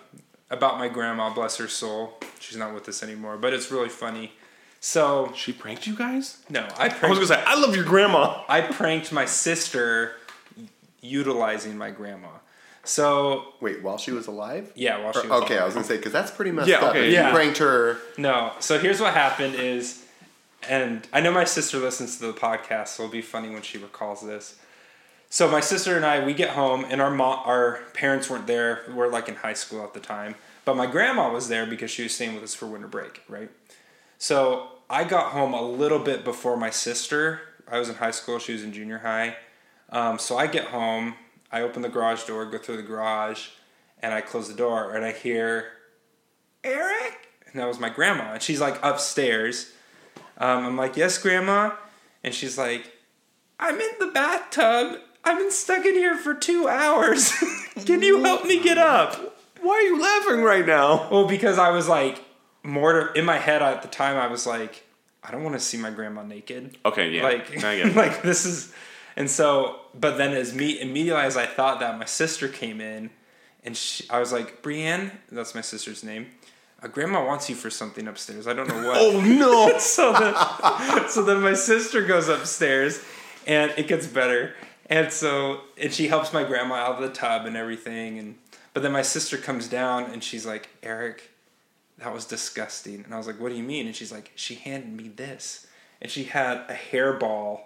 Speaker 1: about my grandma. Bless her soul. She's not with us anymore, but it's really funny. So
Speaker 2: She pranked you guys.
Speaker 1: no, I
Speaker 2: I was
Speaker 1: pranked,
Speaker 2: gonna say I love your grandma.
Speaker 1: I pranked my sister utilizing my grandma. So
Speaker 3: Wait, while she was alive?
Speaker 1: yeah, while
Speaker 3: Or-
Speaker 1: she was
Speaker 3: okay, I was gonna say because that's pretty messed
Speaker 2: Yeah,
Speaker 3: up.
Speaker 2: okay,
Speaker 3: If
Speaker 1: yeah.
Speaker 3: You pranked her.
Speaker 1: No. So here's what happened is, and I know my sister listens to the podcast, so it'll be funny when she recalls this. So my sister and I, we get home, and our mom, our parents weren't there. We were like in high school at the time, but my grandma was there because she was staying with us for winter break, right? So I got home a little bit before my sister. I was in high school; she was in junior high. Um, so I get home, I open the garage door, go through the garage, and I close the door and I hear Eric, and that was my grandma, and she's like upstairs. Um, I'm like, yes, grandma, and she's like, I'm in the bathtub. I've been stuck in here for two hours. (laughs) Can you help me get up?
Speaker 2: Why are you laughing right now?
Speaker 1: Well, because I was like, more in my head at the time, I was like, I don't want to see my grandma naked.
Speaker 2: Okay, yeah.
Speaker 1: Like,
Speaker 2: I get
Speaker 1: (laughs)
Speaker 2: it.
Speaker 1: like this is, and so, but then as me immediately as I thought that, my sister came in, and she, I was like, Brienne, that's my sister's name. Uh, grandma wants you for something upstairs. I don't know what.
Speaker 2: Oh
Speaker 1: (laughs)
Speaker 2: no!
Speaker 1: so then, so then my sister goes upstairs, and it gets better. And so, and she helps my grandma out of the tub and everything. And but then my sister comes down and she's like, "Eric, that was disgusting." And I was like, "What do you mean?" And she's like, "She handed me this, and she had a hairball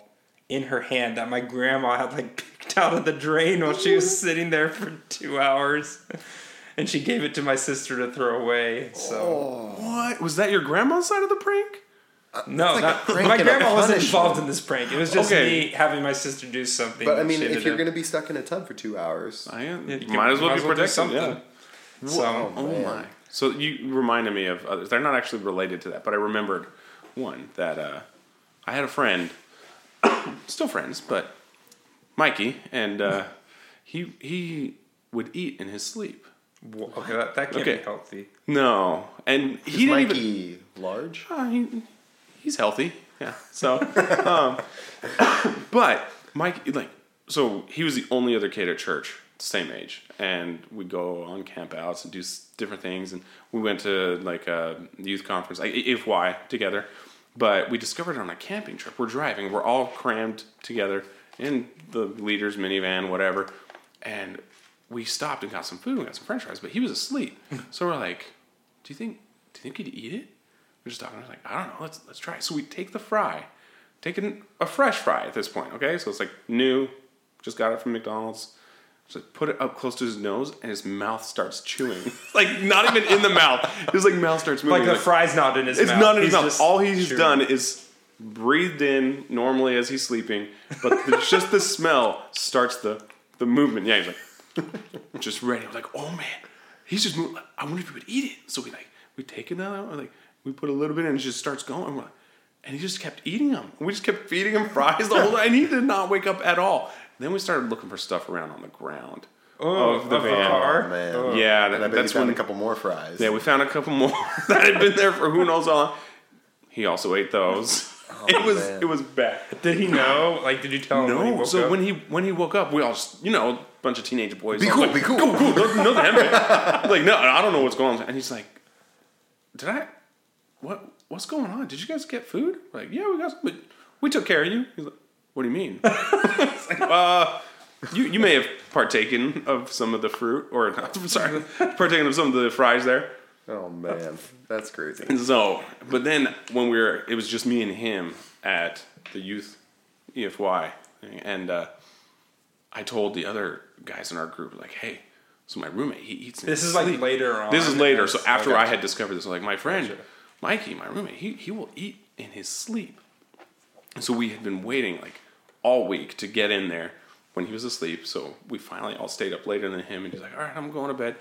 Speaker 1: in her hand that my grandma had like picked out of the drain while she was sitting there for two hours." And she gave it to my sister to throw away. So
Speaker 2: What was that? Your grandma's side of the prank?
Speaker 1: no,
Speaker 3: like
Speaker 1: not,
Speaker 3: a prank
Speaker 1: my
Speaker 3: and a
Speaker 1: grandma wasn't
Speaker 3: punishment.
Speaker 1: involved in this prank. It was just
Speaker 2: Okay.
Speaker 1: me having my sister do something.
Speaker 3: (laughs) But I
Speaker 1: that
Speaker 3: mean,
Speaker 1: she
Speaker 3: if
Speaker 1: ended
Speaker 3: you're
Speaker 1: up-
Speaker 3: going to be stuck in a tub for two hours,
Speaker 2: I am.
Speaker 1: Yeah, you
Speaker 2: might as well
Speaker 1: might
Speaker 2: be
Speaker 1: as well do
Speaker 2: protected.
Speaker 1: something.
Speaker 2: yeah.
Speaker 1: so
Speaker 2: Oh
Speaker 3: Man.
Speaker 2: my! So you reminded me of others. They're not actually related to that, but I remembered one that uh, I had a friend, (coughs) still friends, but Mikey, and uh, he he would eat in his sleep.
Speaker 1: w- okay, that, that can't
Speaker 2: Okay.
Speaker 1: be healthy.
Speaker 2: No, and he
Speaker 3: Is
Speaker 2: didn't
Speaker 3: Mikey
Speaker 2: even.
Speaker 3: large?
Speaker 2: Uh, he, he's healthy. Yeah. So, (laughs) um, (coughs) but Mike, like, so he was the only other kid at church, same age, and we'd go on campouts and do s- different things, and we went to like a youth conference, like IFY together. But we discovered on a camping trip, we're driving, we're all crammed together in the leader's minivan, whatever, and we stopped and got some food, we got some French fries, but he was asleep, so we're like, "Do you think? Do you think he'd eat it?" We're just talking. I was like, I don't know. Let's let's try. So we take the fry, taking a fresh fry at this point. Okay, so it's like new, just got it from McDonald's. So put it up close to his nose, and his mouth starts chewing. (laughs) like not even in the mouth. His like mouth starts moving.
Speaker 1: Like the fry's not in his
Speaker 2: It's
Speaker 1: mouth.
Speaker 2: not in his
Speaker 1: He's
Speaker 2: mouth.
Speaker 1: just
Speaker 2: All he's
Speaker 1: chewing.
Speaker 2: done is breathed in normally as he's sleeping, but
Speaker 3: (laughs)
Speaker 2: the, just the smell starts the the movement. Yeah, he's like (laughs) just ready. I'm like, oh man, he's just moving. I wonder if he would eat it. So we like we take another, one, like we put a little bit, in, and it just starts going. We're like, and he just kept eating them. We just kept feeding him fries
Speaker 3: (laughs)
Speaker 2: the whole time, and he did not wake up at all. Then we started looking for stuff around on the ground
Speaker 1: Oh,
Speaker 2: of the
Speaker 1: of the
Speaker 2: van.
Speaker 1: car?
Speaker 3: Oh, man.
Speaker 1: Oh.
Speaker 2: Yeah, that-
Speaker 3: And I bet
Speaker 2: that's
Speaker 3: you found
Speaker 2: when
Speaker 3: a couple more fries.
Speaker 2: yeah, we found a couple more (laughs) that had been there for who knows how long. He also ate those. (laughs) it was
Speaker 3: Oh, man.
Speaker 2: it was bad.
Speaker 1: Did he know? Like, did you tell him? when he
Speaker 2: No,
Speaker 1: woke
Speaker 2: so
Speaker 1: up?
Speaker 2: when he when he woke up, we all just, you know, a bunch of teenage boys.
Speaker 3: Be
Speaker 2: all
Speaker 3: cool,
Speaker 2: like,
Speaker 3: be cool.
Speaker 2: cool, cool. No, no, damn it. (laughs) like no, I don't know what's going on. And he's like, "Did I? What? What's going on? Did you guys get food?" We're like, yeah, we got, some, but we took care of you. He's like, "What do you mean?" (laughs) It's like, uh, you you may have partaken of some of the fruit, or (laughs) not?
Speaker 1: (laughs)
Speaker 2: Sorry, partaken of some of the fries there.
Speaker 3: (laughs) Oh man, that's crazy.
Speaker 2: And (laughs) so, but then when we were, it was just me and him at the youth EFY, thing, and uh, I told the other guys in our group, like, hey, so my roommate, he eats. in
Speaker 1: this
Speaker 2: his
Speaker 1: is like
Speaker 2: sleep."
Speaker 1: later on.
Speaker 2: This is later. So after
Speaker 1: Okay.
Speaker 2: I had discovered this, like my friend Mikey, my roommate, he he will eat in his sleep. And so we had been waiting like all week to get in there when he was asleep. So we finally all stayed up later than him, and he's like, "All right, I'm going to bed."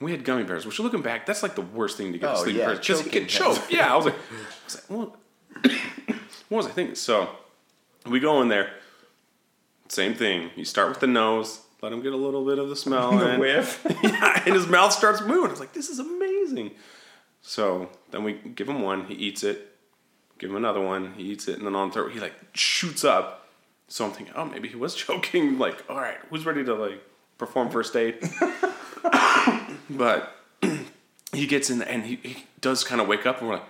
Speaker 2: We had gummy bears, which looking back, that's like the worst thing to get
Speaker 3: Oh,
Speaker 2: to sleep
Speaker 3: yeah,
Speaker 2: for. Just you
Speaker 3: choking
Speaker 2: get choked. Yeah, I was like, I was like, well, (coughs) what was I thinking? So we go in there. Same thing. You start with the nose. Let him get a little bit of the
Speaker 3: (laughs)
Speaker 2: smell.
Speaker 1: The
Speaker 2: in
Speaker 1: whiff.
Speaker 2: (laughs) yeah, and his mouth starts moving. It's like, this is amazing. So then we give him one, he eats it. Give him another one, he eats it, and then on the third, he like shoots up. So I'm thinking, oh, maybe he was (laughs) joking. Like, all right, who's ready to like perform first aid? but (clears throat) he gets in and he, he does kind of wake up, and we're like,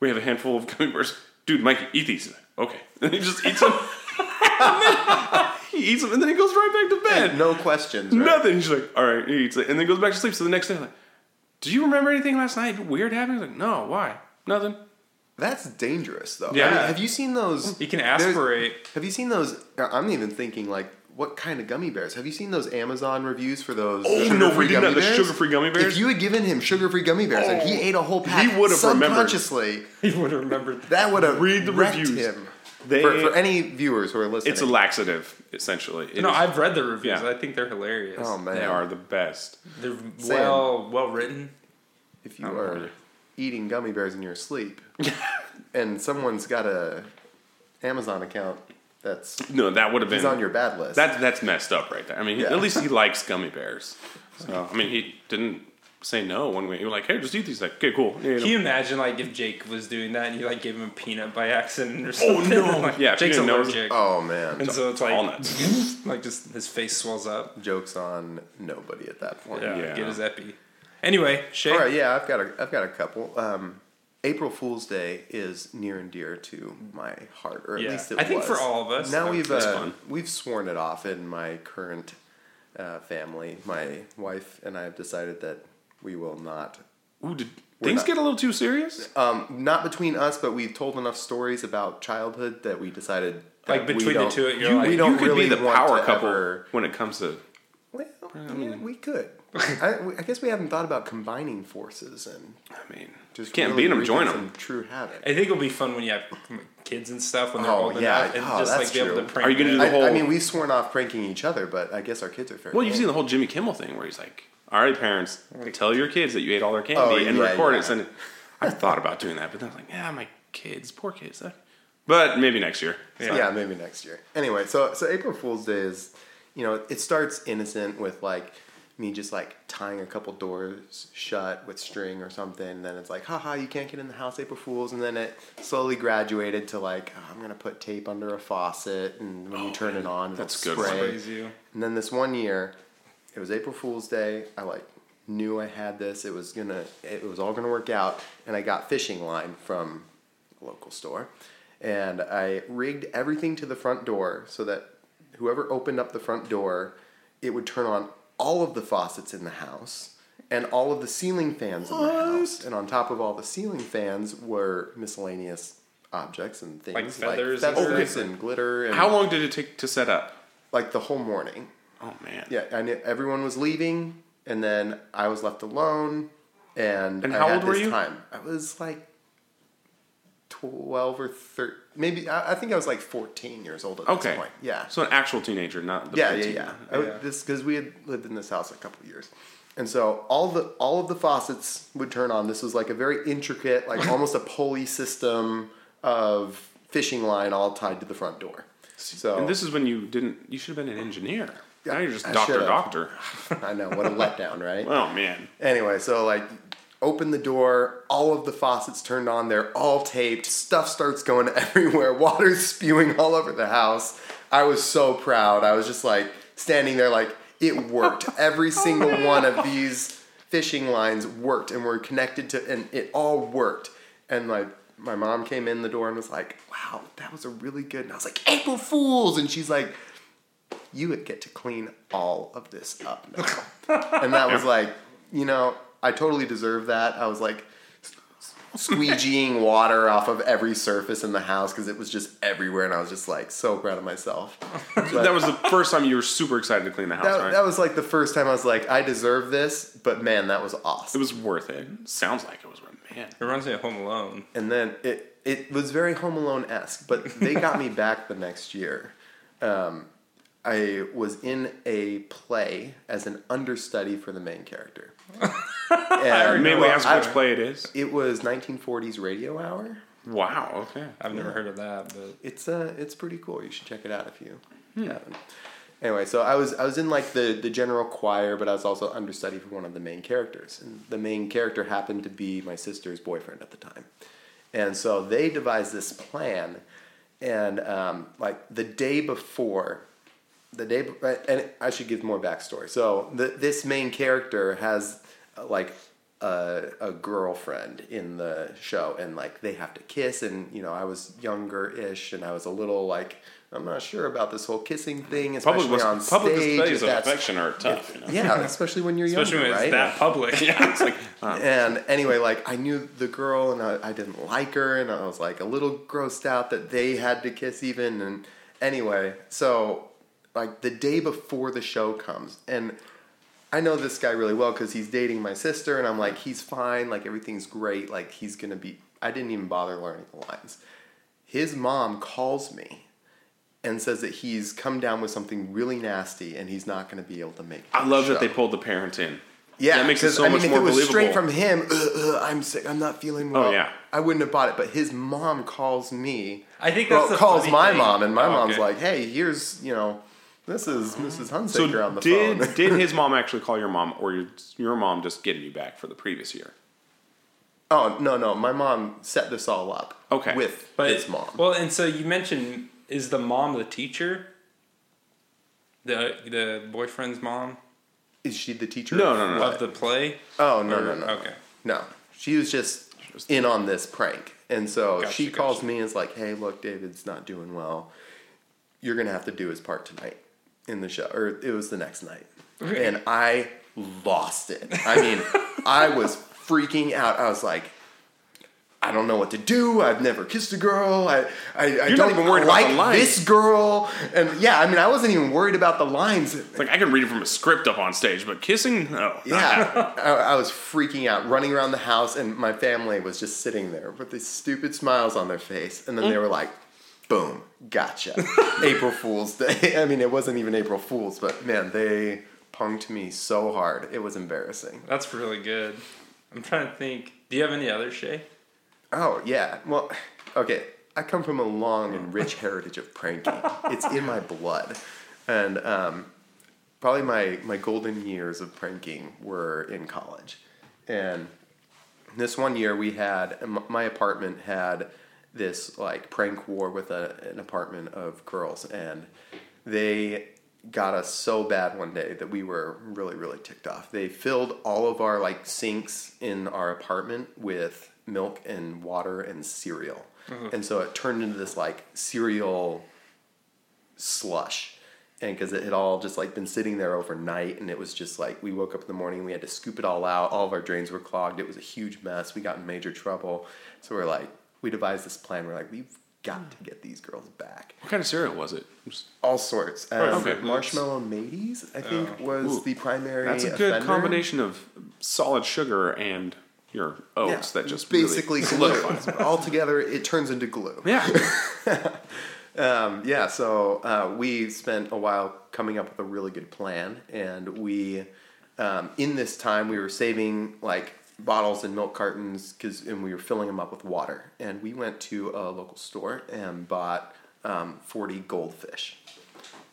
Speaker 2: we have a handful of gummy bears. Dude, Mike, eat these. He's like, okay, and he just eats them. he eats them, and then he goes right back to bed.
Speaker 3: No questions. Right?
Speaker 2: Nothing. He's like, all right, he eats it, and then goes back to sleep. So the next day, I'm like, do you remember anything last night weird happening? He's like, no, why? Nothing.
Speaker 3: That's dangerous though. I
Speaker 2: Yeah.
Speaker 3: mean, have you seen those?
Speaker 1: He can
Speaker 3: there's-
Speaker 1: aspirate. (laughs)
Speaker 3: Have you seen those? uh, I'm even thinking like, what kind of gummy bears? Have you seen those Amazon reviews for those?
Speaker 2: Oh, no, we
Speaker 3: sugar-free
Speaker 2: didn't
Speaker 3: gummy
Speaker 2: have the
Speaker 3: bears?
Speaker 2: sugar-free gummy bears. Oh,
Speaker 3: If you had given him sugar-free gummy bears and he ate a whole pack,
Speaker 2: he would've remembered.
Speaker 3: subconsciously
Speaker 1: He would have remembered.
Speaker 3: that would have
Speaker 2: Read the
Speaker 3: wrecked
Speaker 2: reviews.
Speaker 3: him.
Speaker 2: They,
Speaker 3: For, for any viewers who are listening,
Speaker 2: it's a laxative, essentially. It
Speaker 1: no,
Speaker 2: is-
Speaker 1: I've read the reviews.
Speaker 2: Yeah.
Speaker 1: I think they're hilarious.
Speaker 3: Oh man,
Speaker 2: they are the best.
Speaker 1: They're
Speaker 3: Sam.
Speaker 1: well well written.
Speaker 3: if you are eating gummy bears in your sleep, and someone's got a Amazon account that's
Speaker 2: No, that would have been
Speaker 3: he's on your bad list.
Speaker 2: That that's messed up right there. I mean,
Speaker 3: Yeah.
Speaker 2: at least he likes gummy bears. So I mean, he didn't say no one way. He was like, "Hey, just eat these." Like, okay, cool. You know.
Speaker 1: Can you imagine like if Jake was doing that and you like gave him a peanut by accident or
Speaker 2: Oh,
Speaker 1: something?
Speaker 2: no.
Speaker 1: (laughs) Like,
Speaker 2: Yeah, if you
Speaker 1: Jake's
Speaker 2: didn't know-
Speaker 1: allergic,
Speaker 3: oh man,
Speaker 1: and so it's like
Speaker 2: all
Speaker 1: (laughs)
Speaker 2: nuts.
Speaker 1: like just his face swells up.
Speaker 3: jokes on nobody at that point.
Speaker 1: Yeah,
Speaker 2: Yeah.
Speaker 1: get his epi. Anyway, Shay.
Speaker 3: All right, yeah, I've got a, I've got a couple. Um, April Fool's Day is near and dear to my heart, or at
Speaker 1: Yeah.
Speaker 3: least it
Speaker 1: I think
Speaker 3: was.
Speaker 1: for all of us,
Speaker 3: Now
Speaker 1: um,
Speaker 3: we've
Speaker 2: that's
Speaker 3: uh,
Speaker 2: fun.
Speaker 3: we've sworn it off in my current uh, family. My wife and I have decided that we will not.
Speaker 2: Ooh, did
Speaker 3: We're
Speaker 2: things
Speaker 3: not-
Speaker 2: get a little too serious?
Speaker 3: Um, not between us, but we've told enough stories about childhood that we decided. That
Speaker 1: Like, between
Speaker 3: we
Speaker 1: the
Speaker 3: don't-
Speaker 1: two of you,
Speaker 3: we
Speaker 1: like,
Speaker 3: don't
Speaker 2: you could
Speaker 3: really
Speaker 2: be the
Speaker 3: want
Speaker 2: power
Speaker 3: to
Speaker 2: couple
Speaker 3: ever-
Speaker 2: when it comes to.
Speaker 3: Well, yeah,
Speaker 1: (laughs)
Speaker 3: we could. I, we- I guess we haven't thought about combining forces and
Speaker 2: I mean,
Speaker 3: just
Speaker 2: can't
Speaker 3: really
Speaker 2: beat 'em,
Speaker 3: wreaking
Speaker 2: join 'em.
Speaker 3: some True havoc.
Speaker 1: I think it'll be fun when you have kids and stuff when they're
Speaker 3: Oh,
Speaker 1: old
Speaker 3: yeah.
Speaker 1: enough and
Speaker 3: Oh,
Speaker 1: just like
Speaker 3: that's
Speaker 1: be able
Speaker 3: true.
Speaker 1: to prank.
Speaker 2: Are you gonna do
Speaker 1: them.
Speaker 2: the
Speaker 3: I,
Speaker 2: whole-
Speaker 3: I mean, we've sworn off pranking each other, but I guess our kids are fair.
Speaker 2: Well, you've
Speaker 3: game.
Speaker 2: seen the whole Jimmy Kimmel thing where he's like, "All right, parents, tell your kids that you ate all their candy
Speaker 3: Oh,
Speaker 2: and
Speaker 3: yeah,
Speaker 2: record
Speaker 3: yeah.
Speaker 2: it." Send it. I thought about doing that, but then I was like, "Yeah, my kids, poor kids." But maybe next year.
Speaker 1: Yeah.
Speaker 3: Yeah, maybe next year. Anyway, so so April Fool's Day is, you know, it starts innocent with like me just like tying a couple doors shut with string or something. And then it's like, haha, you can't get in the house, April Fools. And then it slowly graduated to like, "Oh, I'm gonna put tape under a faucet, and when you turn it on, it'll
Speaker 2: That's a good one.
Speaker 3: spray.
Speaker 1: Sprays you.
Speaker 3: And then this one year, it was April Fool's Day. I like knew I had this. It was gonna. It was all gonna work out. And I got fishing line from a local store, and I rigged everything to the front door so that whoever opened up the front door, it would turn on all of the faucets in the house. And all of the ceiling fans in the house, and on top of all the ceiling fans were miscellaneous objects and things
Speaker 1: feathers
Speaker 3: like
Speaker 1: and
Speaker 3: feathers
Speaker 1: stuff?
Speaker 3: and, glitter, and
Speaker 2: How long did it take to set up?
Speaker 3: like the whole morning.
Speaker 2: Oh man.
Speaker 3: Yeah, I knew everyone was leaving, and then I was left alone. And,
Speaker 2: And
Speaker 3: I
Speaker 2: how
Speaker 3: had
Speaker 2: old were
Speaker 3: this
Speaker 2: you?
Speaker 3: Time. I was like twelve or thirteen, maybe. I, I think I was like fourteen years old at
Speaker 2: Okay.
Speaker 3: this point. Yeah,
Speaker 2: So an actual teenager, not the
Speaker 3: yeah, yeah,
Speaker 2: 15.
Speaker 3: yeah. I would-
Speaker 1: Yeah.
Speaker 3: This because we had lived in this house a couple years, and so all the all of the faucets would turn on. This was like a very
Speaker 2: (laughs)
Speaker 3: intricate, like almost a pulley system of fishing line, all tied to the front door. So
Speaker 2: And this is when you didn't. You should have been an engineer.
Speaker 3: Yeah,
Speaker 2: now you're just
Speaker 3: I
Speaker 2: doctor,
Speaker 3: should've.
Speaker 2: doctor.
Speaker 3: I know what a
Speaker 2: (laughs)
Speaker 3: letdown, right?
Speaker 2: Oh man.
Speaker 3: Anyway, so like open the door, all of the faucets turned on, they're all taped, stuff starts going (laughs) everywhere, water's spewing all over the house. I was so proud. I was just like standing there like it worked. Every single one of these fishing lines worked and were connected to and it all worked. And like my mom came in the door and was like, "Wow, that was a really good." And I was like, "April Fools!" And she's like, you would get to clean all of this up now. and that was like, you know, I totally deserve that. I was like squeegeeing water off of every surface in the house because it was just everywhere, and I was just like so proud of myself. But
Speaker 2: that was
Speaker 3: (laughs)
Speaker 2: the first time you were super excited to clean the house,
Speaker 3: that,
Speaker 2: right?
Speaker 3: that was like the first time I was like, I deserve this, but man, that was awesome.
Speaker 2: it was worth it. Sounds like it was worth it. Man.
Speaker 1: It reminds me of Home Alone.
Speaker 3: and then it it was very Home Alone esque, but they got me back the next year. Um, I was in a play as an understudy for the main character. And
Speaker 2: May we
Speaker 3: well,
Speaker 2: ask
Speaker 3: I-
Speaker 2: which play it is?
Speaker 3: It was 1940s Radio Hour.
Speaker 2: Wow, okay.
Speaker 1: I've never heard of that, but
Speaker 3: It's uh, it's pretty cool. You should check it out if you haven't. Anyway, so I was I was in like the the general choir, but I was also understudy for one of the main characters, and the main character happened to be my sister's boyfriend at the time, and so they devised this plan, and um, like the day before. The day, be- and I should give more backstory. So the, this main character has uh, like a, a girlfriend in the show and like they have to kiss and you know i was younger ish and i was a little like i'm not sure about this whole kissing thing especially
Speaker 2: Public, was,
Speaker 3: on
Speaker 2: public
Speaker 3: stage
Speaker 2: displays
Speaker 3: if
Speaker 2: of
Speaker 3: that's-
Speaker 2: affection are tough, you know?
Speaker 3: yeah especially when you're
Speaker 1: especially
Speaker 3: younger
Speaker 1: when it's
Speaker 3: right
Speaker 1: that public.
Speaker 2: (laughs) Yeah, it's like, uh,
Speaker 3: and anyway, like I knew the girl and I, I didn't like her, and I was like a little grossed out that they had to kiss even. And anyway, so like the day before the show comes, and I know this guy really well because he's dating my sister, and I'm like, he's fine, like everything's great, like he's gonna be. I didn't even bother learning the lines. his mom calls me and says that he's come down with something really nasty and he's not going to be able to make it.
Speaker 2: I love that they
Speaker 3: show.
Speaker 2: pulled the parent in.
Speaker 3: Yeah,
Speaker 2: that makes it
Speaker 3: 'cause,
Speaker 2: so
Speaker 3: I mean,
Speaker 2: much
Speaker 3: if
Speaker 2: more
Speaker 3: it was
Speaker 2: believable. Oh,
Speaker 3: straight from him, "Ugh, ugh, I'm sick. I'm not feeling well.
Speaker 2: yeah.
Speaker 3: I wouldn't have bought it, but his mom calls me.
Speaker 1: I think
Speaker 3: well,
Speaker 1: that's the
Speaker 3: calls
Speaker 1: funny
Speaker 3: my
Speaker 1: thing.
Speaker 3: mom, and my
Speaker 2: Oh,
Speaker 3: mom's
Speaker 2: okay.
Speaker 3: like, "Hey, here's you know, this is Mrs. Hunsaker
Speaker 2: so
Speaker 3: on the
Speaker 2: did
Speaker 3: phone." (laughs)
Speaker 2: did his mom actually call your mom, or your, your mom just getting you back for the previous year?
Speaker 3: oh no, no, my mom set this all up.
Speaker 2: Okay.
Speaker 3: with
Speaker 1: But
Speaker 3: his mom.
Speaker 1: Well, and so you mentioned is the mom the teacher? The the boyfriend's mom
Speaker 3: is she the teacher?
Speaker 2: No,
Speaker 3: of
Speaker 2: no, no, no.
Speaker 3: what?
Speaker 1: of the play.
Speaker 3: Oh no,
Speaker 1: Or-
Speaker 3: no, no, no.
Speaker 1: Okay.
Speaker 3: No, she was just in on this prank, and so
Speaker 1: Gotcha,
Speaker 3: she calls
Speaker 1: gotcha.
Speaker 3: me and is like, "Hey, look, David's not doing well. You're gonna have to do his part tonight in the show, or it was the next night." And I lost it.
Speaker 2: (laughs)
Speaker 3: I mean, I was freaking out. I was like. I don't know what to do. I've never kissed a girl. I, I, I
Speaker 2: You're not
Speaker 3: don't
Speaker 2: even worried about
Speaker 3: like
Speaker 2: the lines.
Speaker 3: this girl. And yeah, I mean, I wasn't even worried about the lines.
Speaker 2: It's like I can read it from a script up on stage, but kissing, no. not happening.
Speaker 3: Yeah, I, I was freaking out, running around the house, and my family was just sitting there with these stupid smiles on their face, and then they were like, "Boom, gotcha, April Fool's Day." (laughs) I mean, it wasn't even April Fool's, but man, they punked me so hard, it was embarrassing.
Speaker 1: That's really good. I'm trying to think. Do you have any other Shay?
Speaker 3: Oh yeah, well, okay. I come from a long and rich heritage of pranking. it's in my blood, and um, probably my my golden years of pranking were in college, and this one year we had m- my apartment had this like prank war with a, an apartment of girls and they got us so bad one day that we were really really ticked off they filled all of our like sinks in our apartment with milk and water and cereal and so it turned into this like cereal slush and because it had all just like been sitting there overnight and it was just like we woke up in the morning we had to scoop it all out all of our drains were clogged it was a huge mess we got in major trouble so we're like we devised this plan we're like we've got to get these girls back
Speaker 2: What kind of cereal was it? Just-
Speaker 3: all sorts um,
Speaker 2: Okay.
Speaker 3: marshmallow mateys i think was
Speaker 2: Oh. Ooh.
Speaker 3: the primary
Speaker 2: That's a good
Speaker 3: offender.
Speaker 2: combination of solid sugar and your oats that just really
Speaker 3: basically
Speaker 2: solidifies.
Speaker 3: glue all together it turns into glue
Speaker 2: yeah,
Speaker 3: Um, yeah, so uh, we spent a while coming up with a really good plan, and we, um, in this time, we were saving like bottles and milk cartons because, and we were filling them up with water. And we went to a local store and bought um, forty goldfish,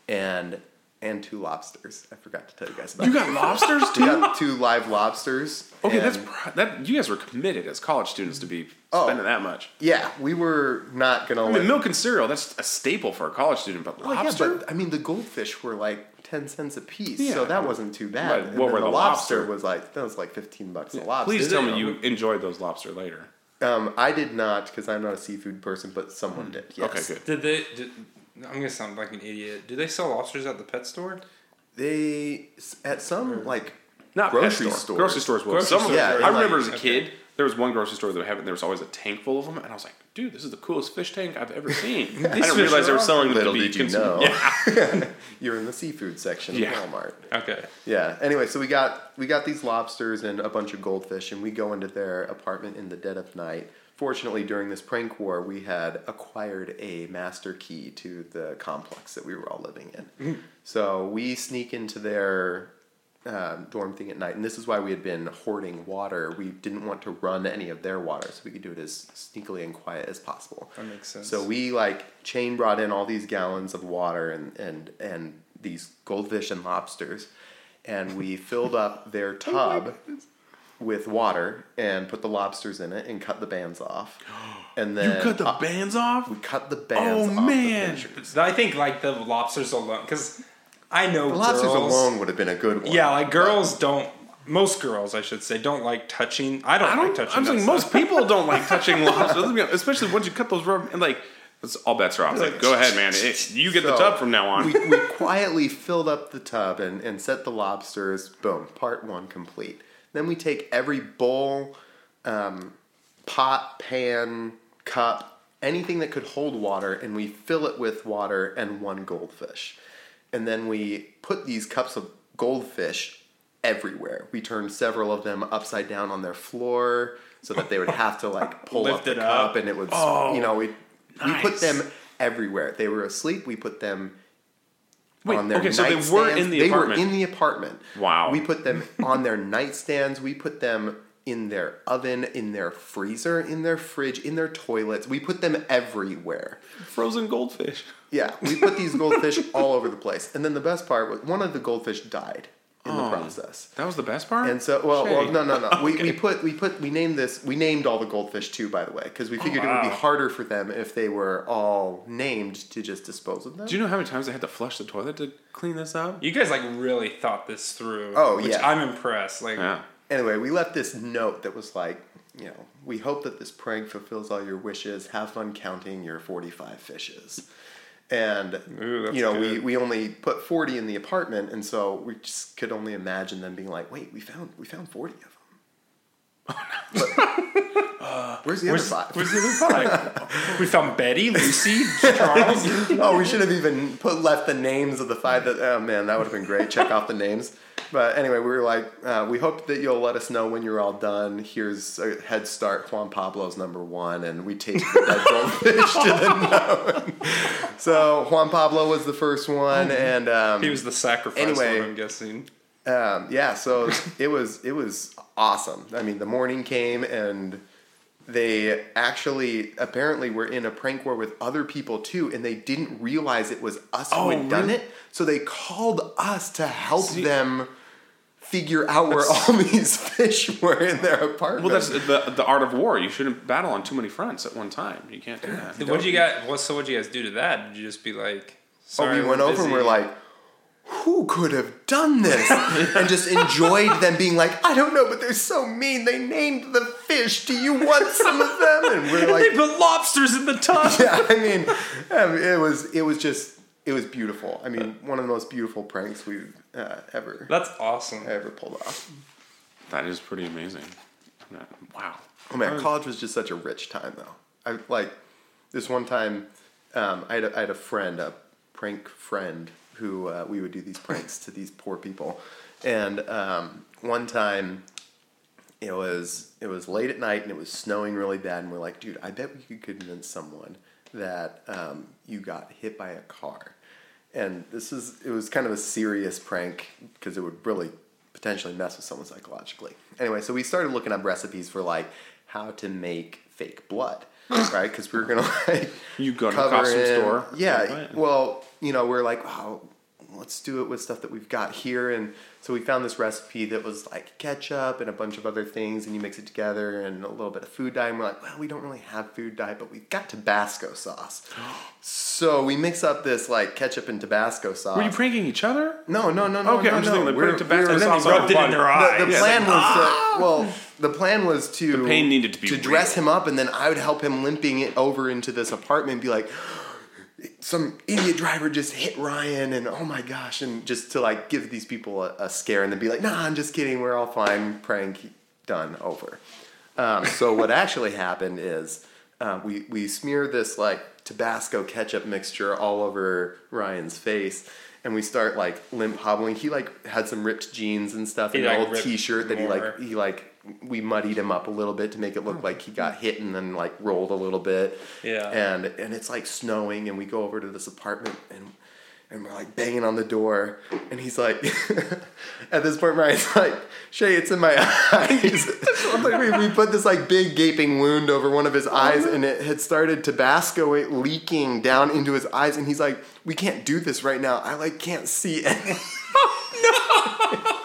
Speaker 3: and and two lobsters. I forgot to tell you guys about.
Speaker 2: you got lobsters
Speaker 3: (laughs) we
Speaker 2: too.
Speaker 3: got two live lobsters.
Speaker 2: Okay, that's
Speaker 3: and-
Speaker 2: pr- that. You guys were committed as college students to be
Speaker 3: Oh.
Speaker 2: spending that much.
Speaker 3: yeah. We were not gonna.
Speaker 2: I
Speaker 3: let-
Speaker 2: mean, milk and cereal—that's a staple for a college student. But
Speaker 3: Well,
Speaker 2: lobster,
Speaker 3: yeah, but I mean, the goldfish were like ten cents a piece,
Speaker 2: Yeah.
Speaker 3: so that wasn't too bad.
Speaker 2: Right,
Speaker 3: And
Speaker 2: what
Speaker 3: then
Speaker 2: were the
Speaker 3: lobster,
Speaker 2: lobster?
Speaker 3: was like that was like fifteen bucks a lobster.
Speaker 2: please tell me
Speaker 1: you
Speaker 2: you enjoyed those lobster later.
Speaker 3: Um, I did not because I'm not a seafood person, but someone did. Yes.
Speaker 2: Hmm. Okay, good.
Speaker 1: Did they? Did, I'm gonna sound like an idiot. Do they sell lobsters at the pet store?
Speaker 3: They s- at some like
Speaker 2: Not pet
Speaker 3: grocery
Speaker 2: store.
Speaker 3: stores.
Speaker 2: Grocery stores. Will.
Speaker 1: Grocery
Speaker 2: Some
Speaker 1: stores
Speaker 2: of them,
Speaker 3: are
Speaker 2: I
Speaker 3: like-
Speaker 2: remember as a
Speaker 1: okay.
Speaker 2: kid, there was one grocery store that we had, and there was always a tank full of them, and I was like, "Dude, this is the coolest fish tank I've
Speaker 3: (laughs)
Speaker 2: ever seen." I
Speaker 1: fish
Speaker 2: didn't realize
Speaker 1: are
Speaker 2: they were
Speaker 1: awesome.
Speaker 2: selling them to
Speaker 3: Little
Speaker 2: be
Speaker 3: did you
Speaker 2: consumed.
Speaker 3: know,
Speaker 2: Yeah.
Speaker 3: (laughs) you're in the seafood section
Speaker 2: Yeah.
Speaker 3: of Walmart.
Speaker 1: Okay.
Speaker 3: Yeah. Anyway, so we got we got these lobsters and a bunch of goldfish, and we go into their apartment in the dead of night. Fortunately, during this prank war, we had acquired a master key to the complex that we were all living
Speaker 1: Mm-hmm.
Speaker 3: in. so we sneak into their um, dorm thing at night, and this is why we had been hoarding water. We didn't want to run any of their water, so we could do it as sneakily and quiet as possible.
Speaker 1: That makes sense.
Speaker 3: So we like chain brought in all these gallons of water and and and these goldfish and lobsters, and we filled up their tub with water and put the lobsters in it and cut the bands off, and then uh,
Speaker 2: bands off.
Speaker 3: we cut the bands.
Speaker 2: Oh,
Speaker 3: off
Speaker 2: man.
Speaker 3: The fishers.
Speaker 1: I think like the lobsters alone, because I know
Speaker 3: The lobsters
Speaker 1: girls-
Speaker 3: alone would have been a good one.
Speaker 1: Yeah, like girls don't. Most girls, I should say, don't like touching. I don't,
Speaker 2: I don't.
Speaker 1: like touching.
Speaker 2: I'm
Speaker 1: that
Speaker 2: saying
Speaker 1: stuff.
Speaker 2: most people don't
Speaker 3: (laughs)
Speaker 2: like touching lobster, Let's be honest, especially once you cut those rubber and like. It's all bets are off. It's Like, go ahead, man. It- you get the
Speaker 3: So,
Speaker 2: tub from now on.
Speaker 3: we, we quietly filled up the tub and, and set the lobsters. Boom, part one complete. Then we take every bowl, um, pot, pan, cup, anything that could hold water, and we fill it with water and one goldfish. And then we put these cups of goldfish everywhere. We turned several of them upside
Speaker 1: (laughs)
Speaker 3: down on their floor so that they would have to like pull up
Speaker 1: Lift
Speaker 3: the
Speaker 1: it
Speaker 3: cup
Speaker 1: up. Oh,
Speaker 3: and it would, you know, we We put them everywhere. They were asleep. We put them
Speaker 2: Wait,
Speaker 3: on their
Speaker 2: okay, so they were
Speaker 3: nightstands.
Speaker 2: in the
Speaker 3: they
Speaker 2: apartment.
Speaker 3: were in the apartment.
Speaker 2: Wow.
Speaker 3: We put them on their nightstands. We put them in their oven, in their freezer, in their fridge, in their toilets. We put them everywhere.
Speaker 2: frozen goldfish.
Speaker 3: Yeah, we put these
Speaker 2: (laughs)
Speaker 3: goldfish all over the place. And then the best part was one of the goldfish died in
Speaker 2: Oh.
Speaker 3: the process.
Speaker 2: That was the best part.
Speaker 3: And so, well, well
Speaker 2: Shay.
Speaker 3: no, no, no. We, we put we put we named this we named all the goldfish too, by the way, because we figured it would
Speaker 2: Oh, wow.
Speaker 3: be harder for them if they were all named to just dispose of them.
Speaker 2: Do you know how many times I had to flush the toilet to clean this up?
Speaker 1: You guys like really thought this through.
Speaker 3: Oh,
Speaker 1: which
Speaker 3: yeah.
Speaker 1: I'm impressed. Like
Speaker 2: Yeah.
Speaker 3: anyway, we left this note that was like, you know, we hope that this prank fulfills all your wishes. Have fun counting your 45 fishes. And,
Speaker 1: Ooh, that's
Speaker 3: you know, we,
Speaker 1: good.
Speaker 3: we only put 40 in the apartment. And so we just could only imagine them being like, wait, we found, we found 40 of them. (laughs) But, uh, where's the
Speaker 1: where's,
Speaker 3: other five?
Speaker 1: where's the other
Speaker 3: (laughs)
Speaker 1: five? we found Betty, Lucy, Charles.
Speaker 3: oh, we should have even put left the names of the five that. Oh man, that would have been great. Check off the names. But anyway, we were like, uh, we hope that you'll let us know when you're all done. Here's a head start. Juan Pablo's number one, and we taped the dead goldfish to the (laughs) note. So Juan Pablo was the
Speaker 1: (laughs)
Speaker 3: first one, and um,
Speaker 1: He was the sacrifice
Speaker 3: Anyway.
Speaker 1: one, I'm guessing.
Speaker 3: um, yeah, so it was it was awesome. I mean, the morning came and they actually apparently were in a prank war with other people too, and they didn't realize it was us
Speaker 2: Oh,
Speaker 3: who had done
Speaker 2: really?
Speaker 3: it. So they called us to help
Speaker 2: See-
Speaker 3: them figure out where all (laughs) these fish were in their apartment.
Speaker 2: Well, that's the, the art of war. You shouldn't battle on too many fronts at one time. You can't do that.
Speaker 1: What would you guys? What so? What would you guys do to that? Did you just be like?
Speaker 3: So
Speaker 1: Sorry,
Speaker 3: Oh, we went
Speaker 1: we're
Speaker 3: over and we're
Speaker 1: busy."
Speaker 3: like, who could have
Speaker 2: (laughs)
Speaker 3: done this? and just enjoyed them being like, I don't know, but they're so mean. They named the fish. Do you want some of them? And we're like,
Speaker 1: they put lobsters in the tub.
Speaker 3: (laughs) yeah, I mean, I mean, it was it was just it was beautiful. I mean, one of the most beautiful pranks we've uh, ever
Speaker 1: That's awesome.
Speaker 3: ever pulled off.
Speaker 2: That is pretty amazing. Yeah. Wow. Uh,
Speaker 3: Oh man, college was just such a rich time though. I like this one time. Um, I, had a, I had a friend, a prank friend, who uh, we would do these pranks to these poor people. And um, one time, it was it was late at night and it was snowing really bad, and we're like, dude, I bet we could convince someone that um, you got hit by a car. And this is it was kind of a serious prank because it would really potentially mess with someone psychologically. Anyway, so we started looking up recipes for like how to make fake blood, right? Because we were gonna like
Speaker 2: You go to a
Speaker 3: cover
Speaker 2: costume
Speaker 3: in-
Speaker 2: store.
Speaker 3: Yeah.
Speaker 2: Right.
Speaker 3: Well, you know, we're like, oh, let's do it with stuff that we've got here, and so we found this recipe that was like ketchup and a bunch of other things, and you mix it together and a little bit of food dye, and we're like, well, we don't really have food dye, but we've got Tabasco
Speaker 2: (gasps)
Speaker 3: sauce. so we mix up this like ketchup and Tabasco sauce.
Speaker 2: Were you pranking each other?
Speaker 3: no, no, no, no.
Speaker 2: Okay,
Speaker 3: no,
Speaker 2: I'm just
Speaker 3: no.
Speaker 2: thinking they put
Speaker 3: We're-
Speaker 2: it to back
Speaker 3: we're-
Speaker 2: and
Speaker 1: then
Speaker 2: sauce
Speaker 1: he rubbed
Speaker 2: on
Speaker 1: it in
Speaker 2: one.
Speaker 1: their eye.
Speaker 3: the, the
Speaker 2: Yeah,
Speaker 3: plan was to well, the plan was to the
Speaker 2: pain needed to be
Speaker 3: dress
Speaker 2: real.
Speaker 3: him up, and then I would help him limping it over into this apartment, and be like, some idiot driver just hit Ryan, and oh my gosh, and just to like give these people a, a scare, and then be like, nah, I'm just kidding, we're all fine, prank done, over. Um, so what actually happened is uh, we we smear this like Tabasco ketchup mixture all over Ryan's face. And we start like limp hobbling. He like had some ripped jeans and stuff, and
Speaker 1: like,
Speaker 3: an old
Speaker 1: ripped
Speaker 3: T-shirt that he
Speaker 1: more.
Speaker 3: like he like we muddied him up a little bit to make it look like he got hit and then like rolled a little bit.
Speaker 1: Yeah.
Speaker 3: And and it's like snowing and we go over to this apartment and and we're like banging on the door and he's like (laughs) at this point Ryan's like, Shay, it's in my (laughs) eyes. like we, we put this like big gaping wound over one of his eyes and it had started Tabasco leaking down into his eyes and he's like, We can't do this right now. I like can't see (laughs) anything. (laughs)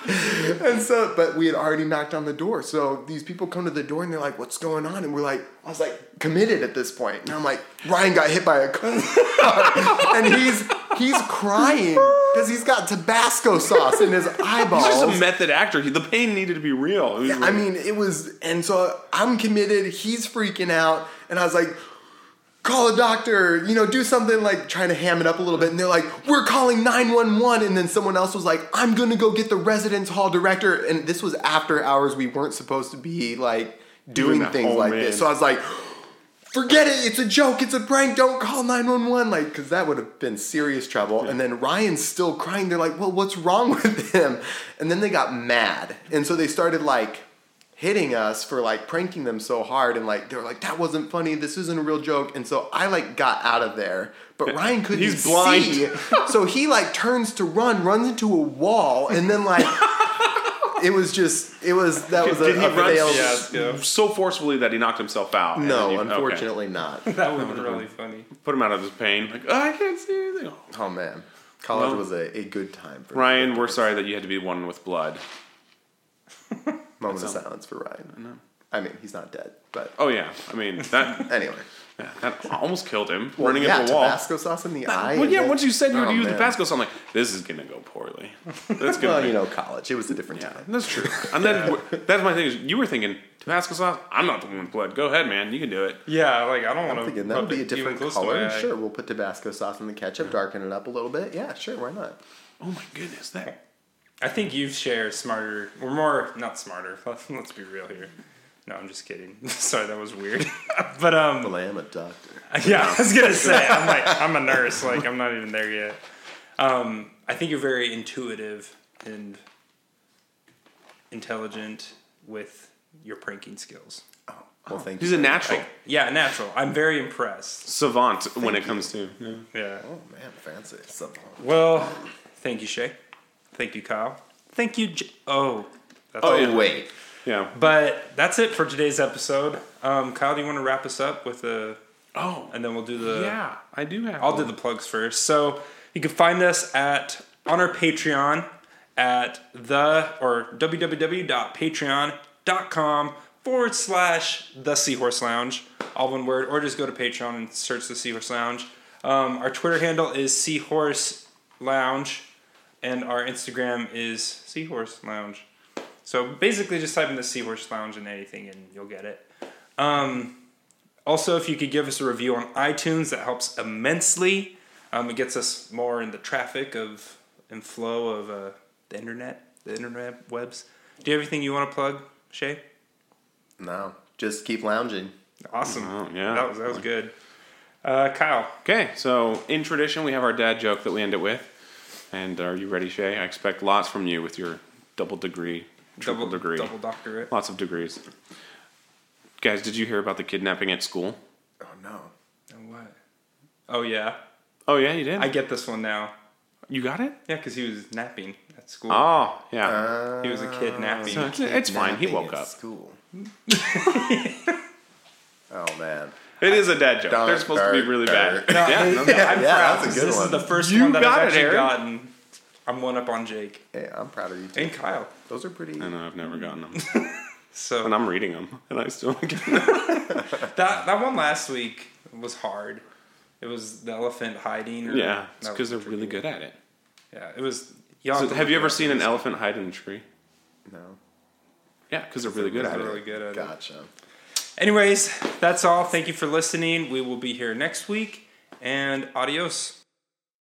Speaker 3: And so, but we had already knocked on the door. So these people come to the door and they're like, "What's going on?" And we're like, "I was like committed at this point." And I'm like, "Ryan got hit by a car," (laughs) and he's he's crying because he's got Tabasco sauce in his eyeballs.
Speaker 2: (laughs) He's just a method actor. He- The pain needed to be real. It was
Speaker 3: I
Speaker 2: like-
Speaker 3: mean, it was, and so I'm committed. He's freaking out, and I was like, "Call a doctor," you know, do something like trying to ham it up a little bit. And they're like, "We're calling 911," and then someone else was like, "I'm gonna go get the residence hall director." And this was after hours. We weren't supposed to be like
Speaker 2: Doing
Speaker 3: doing,
Speaker 2: that.
Speaker 3: things
Speaker 2: Oh,
Speaker 3: like
Speaker 2: man.
Speaker 3: this. So I was like. Forget it. It's a joke. It's a prank. Don't call 911. Like, because that would have been serious trouble. And then Ryan's still (laughs) crying. They're like, well, what's wrong with him? And then they got mad. And so they started, like, hitting us for like pranking them so hard and like they were like that wasn't funny this isn't a real joke and so i like got out of there but ryan couldn't
Speaker 2: He's blind.
Speaker 3: see (laughs) so he like turns to run runs into a wall and
Speaker 2: (laughs)
Speaker 3: then like it was just it was that was a,
Speaker 2: Did he
Speaker 3: a
Speaker 2: run
Speaker 3: failed-
Speaker 1: Yes, yeah.
Speaker 2: so forcefully that he knocked himself out? and
Speaker 3: (laughs) no
Speaker 2: then you- okay.
Speaker 3: unfortunately not
Speaker 1: That would have been really funny.
Speaker 2: Put him out of his pain. Like, "Oh, I can't see anything.
Speaker 3: oh man college
Speaker 2: Well-
Speaker 3: was a, a good time for
Speaker 2: Ryan, we're sorry that you had to be one with blood.
Speaker 3: moment of silence for ryan i mean he's not dead but
Speaker 2: Oh yeah, I mean that (laughs)
Speaker 3: anyway
Speaker 2: that almost killed him running
Speaker 3: yeah,
Speaker 2: into a wall.
Speaker 3: Tabasco sauce in the eye.
Speaker 2: Well,
Speaker 3: and
Speaker 2: yeah.
Speaker 3: then-
Speaker 2: Once you said you would
Speaker 3: Oh,
Speaker 2: use
Speaker 3: man.
Speaker 2: the Pascal, so I'm like, this is gonna go poorly. That's gonna.
Speaker 3: (laughs) Well,
Speaker 2: be-
Speaker 3: you know, college. It was a different
Speaker 2: Yeah,
Speaker 3: time.
Speaker 2: that's true. And then that's my thing is you were thinking Tabasco sauce. I'm not the one with blood. Go ahead, man. You can do it.
Speaker 1: Yeah, like I don't want to.
Speaker 3: Again, that would be a different color. Sure, we'll put Tabasco sauce in the ketchup, darken it up a little bit. Yeah, sure, why not?
Speaker 2: Oh my goodness, that
Speaker 1: I think you've shared smarter, or more, not smarter. (laughs) Let's, let's be real here. No, I'm just kidding. (laughs) Sorry, that was weird. (laughs) but um, (laughs)
Speaker 3: Well, I am a doctor.
Speaker 1: yeah, I was gonna say I'm like I'm a nurse. Like I'm not even there yet. Um, I think you're very intuitive and intelligent with your pranking skills.
Speaker 3: Well, thank
Speaker 2: Uh-huh. he's
Speaker 3: you.
Speaker 2: a natural
Speaker 1: Yeah, natural. I'm very impressed.
Speaker 2: savant when it comes to. Yeah.
Speaker 1: Yeah.
Speaker 3: Oh, man, fancy. Something.
Speaker 2: Oh,
Speaker 1: Well, thank you, Shay. Thank you, Kyle. Thank you. J- oh, that's
Speaker 3: Oh,
Speaker 1: all.
Speaker 3: wait.
Speaker 2: yeah.
Speaker 1: But that's it for today's episode. Um, Kyle, do you want to wrap us up with a,
Speaker 2: Oh,
Speaker 1: and then we'll do
Speaker 3: Uh,
Speaker 1: the.
Speaker 2: yeah. I do have.
Speaker 1: I'll do the plugs first. So you can find us at on our Patreon at the or www.patreon.com forward slash the Seahorse Lounge, all one word, or just go to Patreon and search the Seahorse Lounge. Um, our Twitter handle is Seahorse Lounge, and our Instagram is Seahorse Lounge. So basically, just type in the Seahorse Lounge and anything, and you'll get it. Also, if you could give us a review on iTunes, that helps immensely. Um, it gets us more in the traffic of and flow of uh, the internet, the internet webs. Do you have anything you want to plug, Shay?
Speaker 3: No, just keep lounging.
Speaker 1: Awesome.
Speaker 2: Oh, yeah.
Speaker 1: That was, that was good. Uh, Kyle,
Speaker 2: Okay, so in tradition, we have our dad joke that we end it with. And are you ready, Shay? I expect lots from you with your double degree, triple
Speaker 1: double
Speaker 2: degree,
Speaker 1: double doctorate.
Speaker 2: lots of degrees. Guys, did you hear about the kidnapping at school?
Speaker 3: Oh, no.
Speaker 1: And what? Oh yeah,
Speaker 2: Oh yeah, you did.
Speaker 1: I get this one now.
Speaker 2: you got it.
Speaker 1: Yeah, because he was napping at school.
Speaker 2: Oh yeah.
Speaker 3: Uh,
Speaker 1: he was a kid napping.
Speaker 2: Ah, so it's, it's fine. He
Speaker 3: napping
Speaker 2: woke
Speaker 3: at
Speaker 2: up. (laughs)
Speaker 3: school. oh, man.
Speaker 2: It is a dad joke.
Speaker 3: Dun,
Speaker 2: They're supposed to be
Speaker 3: dun,
Speaker 2: really
Speaker 3: dun.
Speaker 2: bad.
Speaker 1: (laughs)
Speaker 2: (laughs) yeah, no, no.
Speaker 1: I'm
Speaker 3: Yeah,
Speaker 1: proud.
Speaker 3: that's a
Speaker 1: 'cause
Speaker 3: good
Speaker 1: this is
Speaker 3: one.
Speaker 1: the first
Speaker 2: You
Speaker 1: one that
Speaker 2: got it,
Speaker 1: I've actually
Speaker 2: Aaron.
Speaker 1: gotten. I'm one up on Jake
Speaker 3: Hey, I'm proud of you. too.
Speaker 1: and Kyle.
Speaker 3: Those are pretty.
Speaker 2: I know I've never gotten them,
Speaker 1: So
Speaker 2: and I'm reading them, (laughs) and I still don't get
Speaker 1: That that one last week was hard. It was the elephant hiding. Or
Speaker 2: Yeah, it's
Speaker 1: that
Speaker 2: because they're
Speaker 1: was
Speaker 2: really
Speaker 1: tricky.
Speaker 2: good at it.
Speaker 1: Yeah, it was. Y'all
Speaker 2: So
Speaker 1: to
Speaker 2: have
Speaker 1: look
Speaker 2: you
Speaker 1: it
Speaker 2: ever
Speaker 1: up.
Speaker 2: seen an elephant hide in a tree?
Speaker 3: No.
Speaker 2: Yeah, because they're really good
Speaker 1: They're
Speaker 2: at it.
Speaker 1: really good at it.
Speaker 3: Gotcha.
Speaker 1: Anyways, that's all. Thank you for listening. We will be here next week, and adios.